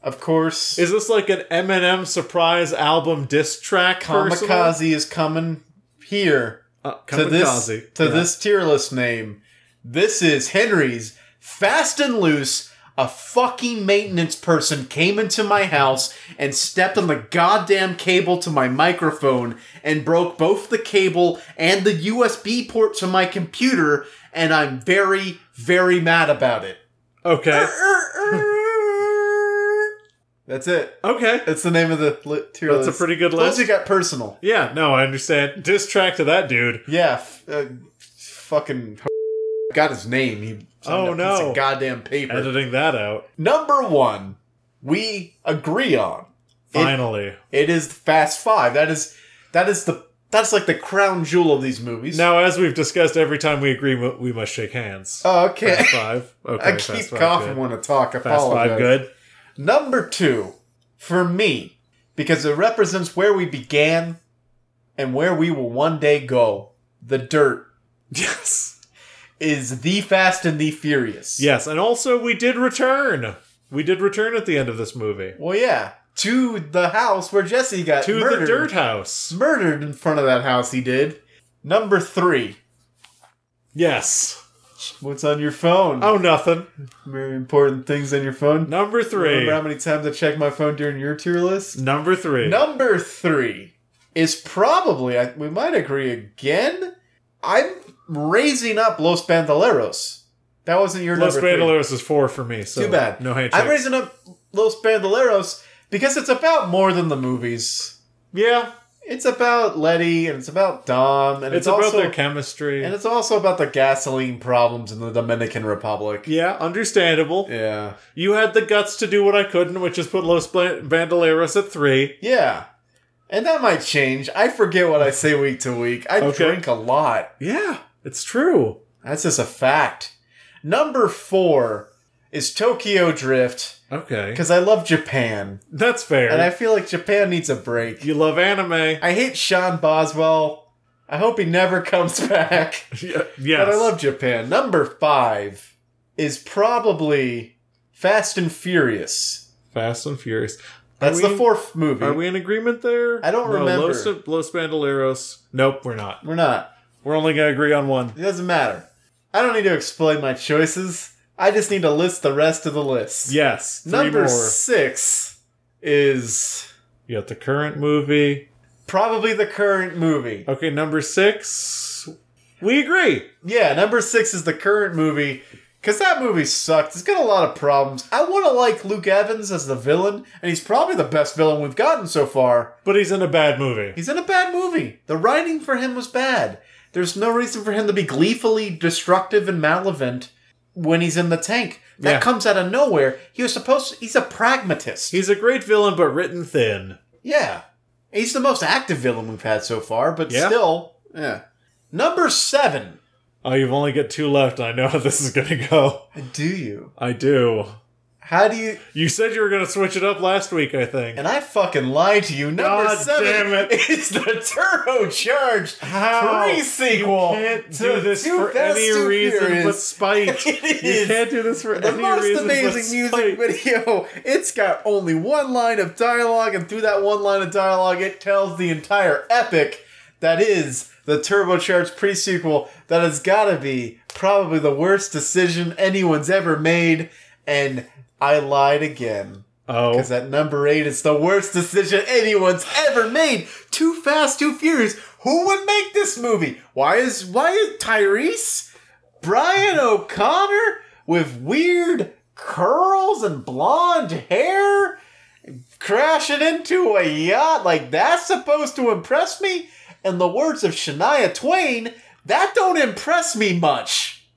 B: Of course,
A: Is this like an Eminem surprise album diss track? personal?
B: Kamikaze is coming here
A: Uh,
B: to this
A: kamikaze.
B: to
A: Yeah.
B: this tier list name. This is Henry's Fast and Loose. A fucking maintenance person came into my house and stepped on the goddamn cable to my microphone and broke both the cable and the USB port to my computer, and I'm very, very mad about it.
A: Okay.
B: That's it.
A: Okay.
B: That's the name of the li- tier
A: That's a
B: list.
A: pretty good
B: Plus,
A: list.
B: you got personal.
A: Yeah, no, I understand. Diss track to that dude.
B: Yeah, f- uh, fucking got his name. He signed
A: Oh,
B: a piece
A: no.
B: of goddamn paper.
A: Editing that out.
B: Number one, we agree on. It-
A: Finally.
B: It is Fast Five. That is that is the that's like the crown jewel of these movies.
A: now, as we've discussed, every time we agree, we- we must shake hands.
B: Oh, okay.
A: Fast five. Okay.
B: I
A: fast
B: keep
A: five,
B: coughing
A: good.
B: when I talk. I
A: Fast
B: apologize.
A: five, good.
B: Number two, for me, because it represents where we began and where we will one day go. The Dirt
A: Yes.
B: is the Fast and the Furious.
A: Yes, and also we did return. We did return at the end of this movie
B: Well, yeah, to the house where Jesse got
A: to
B: murdered.
A: the dirt house.
B: murdered in front of that house. He did. Number three.
A: Yes.
B: What's on your phone?
A: Oh, nothing.
B: Very important things on your phone.
A: Number three.
B: Remember how many times I checked my phone during your tier list?
A: Number three.
B: Number three is probably I- we might agree again. I'm raising up Los Bandoleros. That wasn't your
A: Los
B: number three.
A: Bandoleros is four for me. So
B: Too bad.
A: No
B: I'm
A: handshake.
B: raising up Los Bandoleros because it's about more than the movies.
A: Yeah,
B: It's about Letty and it's about Dom and
A: it's,
B: it's,
A: about
B: also
A: their chemistry.
B: And it's also about the gasoline problems in the Dominican Republic.
A: yeah, understandable.
B: Yeah.
A: You had the guts to do what I couldn't, which is put Los Bla- Bandoleros at three.
B: Yeah. And that might change. I forget what I say week to week. I
A: Okay.
B: drink a lot.
A: Yeah, it's true.
B: That's just a fact. Number four is Tokyo Drift
A: Okay,
B: because I love Japan
A: that's fair.
B: and I feel like Japan needs a break.
A: you love anime.
B: I hate Sean Boswell. I hope he never comes back.
A: Yeah,
B: But I love Japan. Number five is probably Fast and Furious.
A: Fast and Furious.
B: That's
A: Are
B: the
A: we-
B: fourth movie.
A: Are we in agreement there?
B: I don't
A: No,
B: remember.
A: Los, Los Bandoleros. Nope, we're not.
B: We're not.
A: We're only gonna agree on one.
B: It doesn't matter. I don't need to explain my choices. I just need to list the rest of the list.
A: Yes, three
B: Number
A: more.
B: six is
A: You got the current movie.
B: probably the current movie.
A: Okay, number six. We agree.
B: Yeah, number six is the current movie. Cause that movie sucked. It's got a lot of problems. I want to like Luke Evans as the villain, and he's probably the best villain we've gotten so far.
A: But he's in a bad movie.
B: He's in a bad movie. The writing for him was bad. There's no reason for him to be gleefully destructive and malevolent when he's in the tank. That
A: Yeah.
B: comes out of nowhere. He was supposed he's a pragmatist.
A: He's a great villain, but written thin.
B: yeah. He's the most active villain we've had so far, but
A: Yeah.
B: still, yeah. Number 7
A: Oh, you've only got two left. I know how this is going to go.
B: Do you?
A: I do.
B: How do you?
A: You said you were going to switch it up last week, I think.
B: And I fucking lied to you. Number
A: God
B: seven
A: damn it.
B: is the turbocharged
A: How?
B: pre-sequel.
A: You can't
B: to
A: do this
B: Too
A: for
B: Fast,
A: any
B: Too
A: reason
B: Furious.
A: but spite.
B: It
A: You
B: is
A: can't do this for
B: the
A: any
B: most
A: reason
B: amazing
A: but spite.
B: music video. It's got only one line of dialogue, and through that one line of dialogue, it tells the entire epic that is the turbocharged pre-sequel that has got to be probably the worst decision anyone's ever made. And I lied again.
A: oh,
B: Because at number eight, it's the worst decision anyone's ever made. Too fast, too furious. Who would make this movie? Why is why is Tyrese, Brian O'Connor with weird curls and blonde hair, crashing into a yacht like that's supposed to impress me? In the words of Shania Twain, that don't impress me much.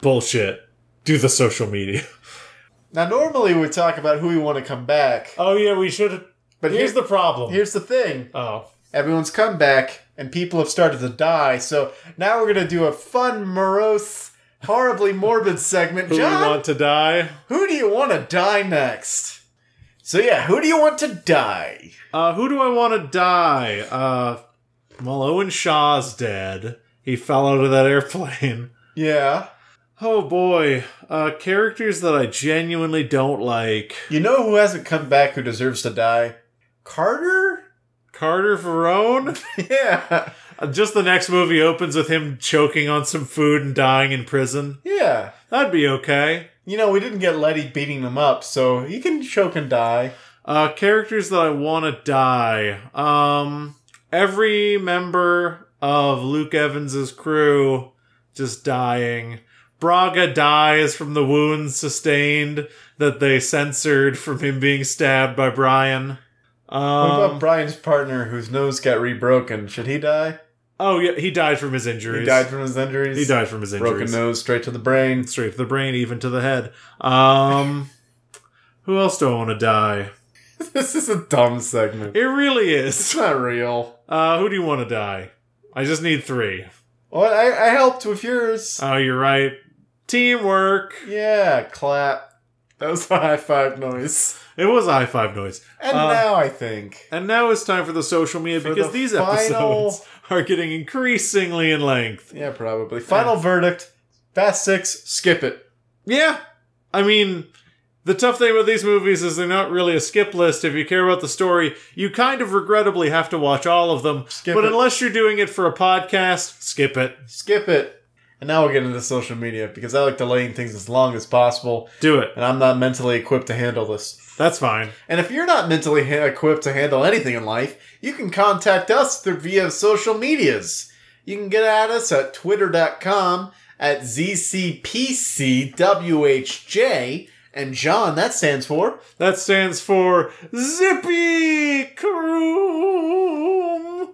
A: bullshit. Do the social media.
B: Now, normally we talk about who we want to come back,
A: Oh yeah, we should.
B: but
A: Here's the problem.
B: here's the thing.
A: oh,
B: everyone's come back and people have started to die so now we're going to do a fun morose horribly morbid segment
A: who we
B: john
A: want to die?
B: who do you want to die next so yeah who do you want to die
A: Uh, who do I want to die? Uh, well, Owen Shaw's dead. He fell out of that airplane.
B: yeah
A: Oh boy, uh, characters that I genuinely don't like.
B: you know who hasn't come back who deserves to die carter
A: Carter Verone?
B: yeah
A: Uh, Just the next movie opens with him choking on some food and dying in prison.
B: yeah
A: That'd be okay.
B: you know we didn't get letty beating him up so he can choke and die
A: Uh, characters that I want to die. Um, every member of Luke Evans's crew just dying. Braga dies from the wounds sustained that they censored from him being stabbed by Brian.
B: what
A: Um,
B: about brian's partner whose nose got rebroken should he die
A: oh yeah, he died from his injuries.
B: he died from his injuries
A: He died from his injuries.
B: broken nose straight to the brain
A: Straight to the brain, even to the head. Um, who else do I want to die?
B: This is a dumb segment.
A: It really
B: It's
A: is.
B: not real.
A: Uh, who do you want to die? I just need three.
B: Well, I, I helped with yours.
A: Oh, you're right. Teamwork.
B: yeah, clap. That was a high five noise.
A: It was a high five noise.
B: And
A: Uh,
B: now I think.
A: And now it's time for the social media
B: For
A: because
B: the
A: these
B: final-
A: episodes are getting increasingly in length.
B: Yeah, probably. Final verdict. Fast six. Skip it.
A: Yeah. I mean, the tough thing about these movies is they're not really a skip list. If you care about the story, you kind of regrettably have to watch all of them.
B: Skip
A: but
B: it.
A: unless you're doing it for a podcast, skip it.
B: Skip it. And now we'll get into social media because I like delaying things as long as possible,
A: Do it.
B: and I'm not mentally equipped to handle this.
A: That's fine.
B: And if you're not mentally ha- equipped to handle anything in life, you can contact us through via social medias. You can get at us at twitter.com at ZCPCWHJ. And John, that stands for.
A: That stands for Zippy Croom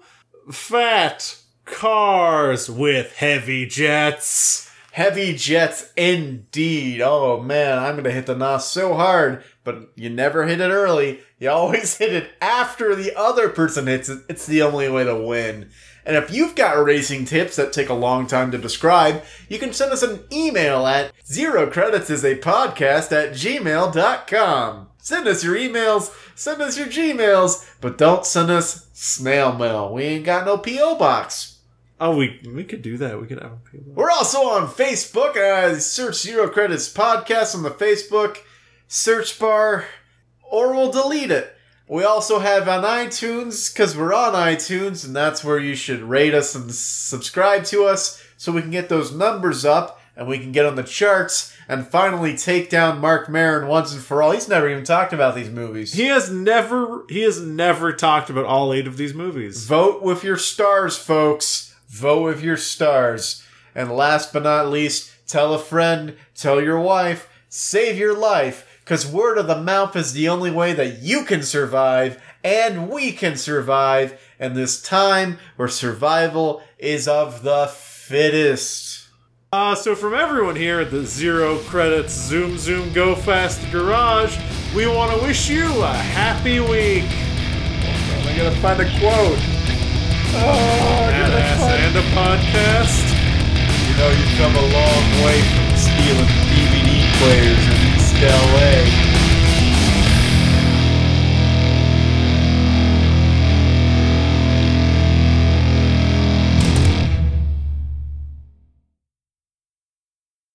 A: Fat Cars with Heavy Jets.
B: Heavy Jets indeed. Oh man, I'm gonna hit the nos so hard, but you never hit it early. You always hit it after the other person hits it. It's the only way to win. And if you've got racing tips that take a long time to describe, you can send us an email at zero credits is a podcast at gmail.com. Send us your emails, send us your Gmails, but don't send us snail mail. We ain't got no P.O. box.
A: Oh, we we could do that. We could have people.
B: We're also on Facebook. Uh, search Zero Credits Podcast on the Facebook search bar, or we'll delete it. We also have on iTunes because we're on iTunes, and that's where you should rate us and subscribe to us so we can get those numbers up and we can get on the charts and finally take down Mark Maron once and for all. He's never even talked about these movies.
A: He has never he has never talked about all eight of these movies.
B: Vote with your stars, folks. Vote with your stars. And last but not least, tell a friend, tell your wife, save your life, because word of the mouth is the only way that you can survive and we can survive in this time where survival is of the fittest.
A: Uh, so from everyone here at the Zero Credits Zoom Zoom Go Fast Garage, we want to wish you a happy week.
B: I gotta find a quote. Oh, I
A: An
B: gotta
A: ass
B: find
A: and a podcast.
B: You're know you've come a long way from stealing DVD players.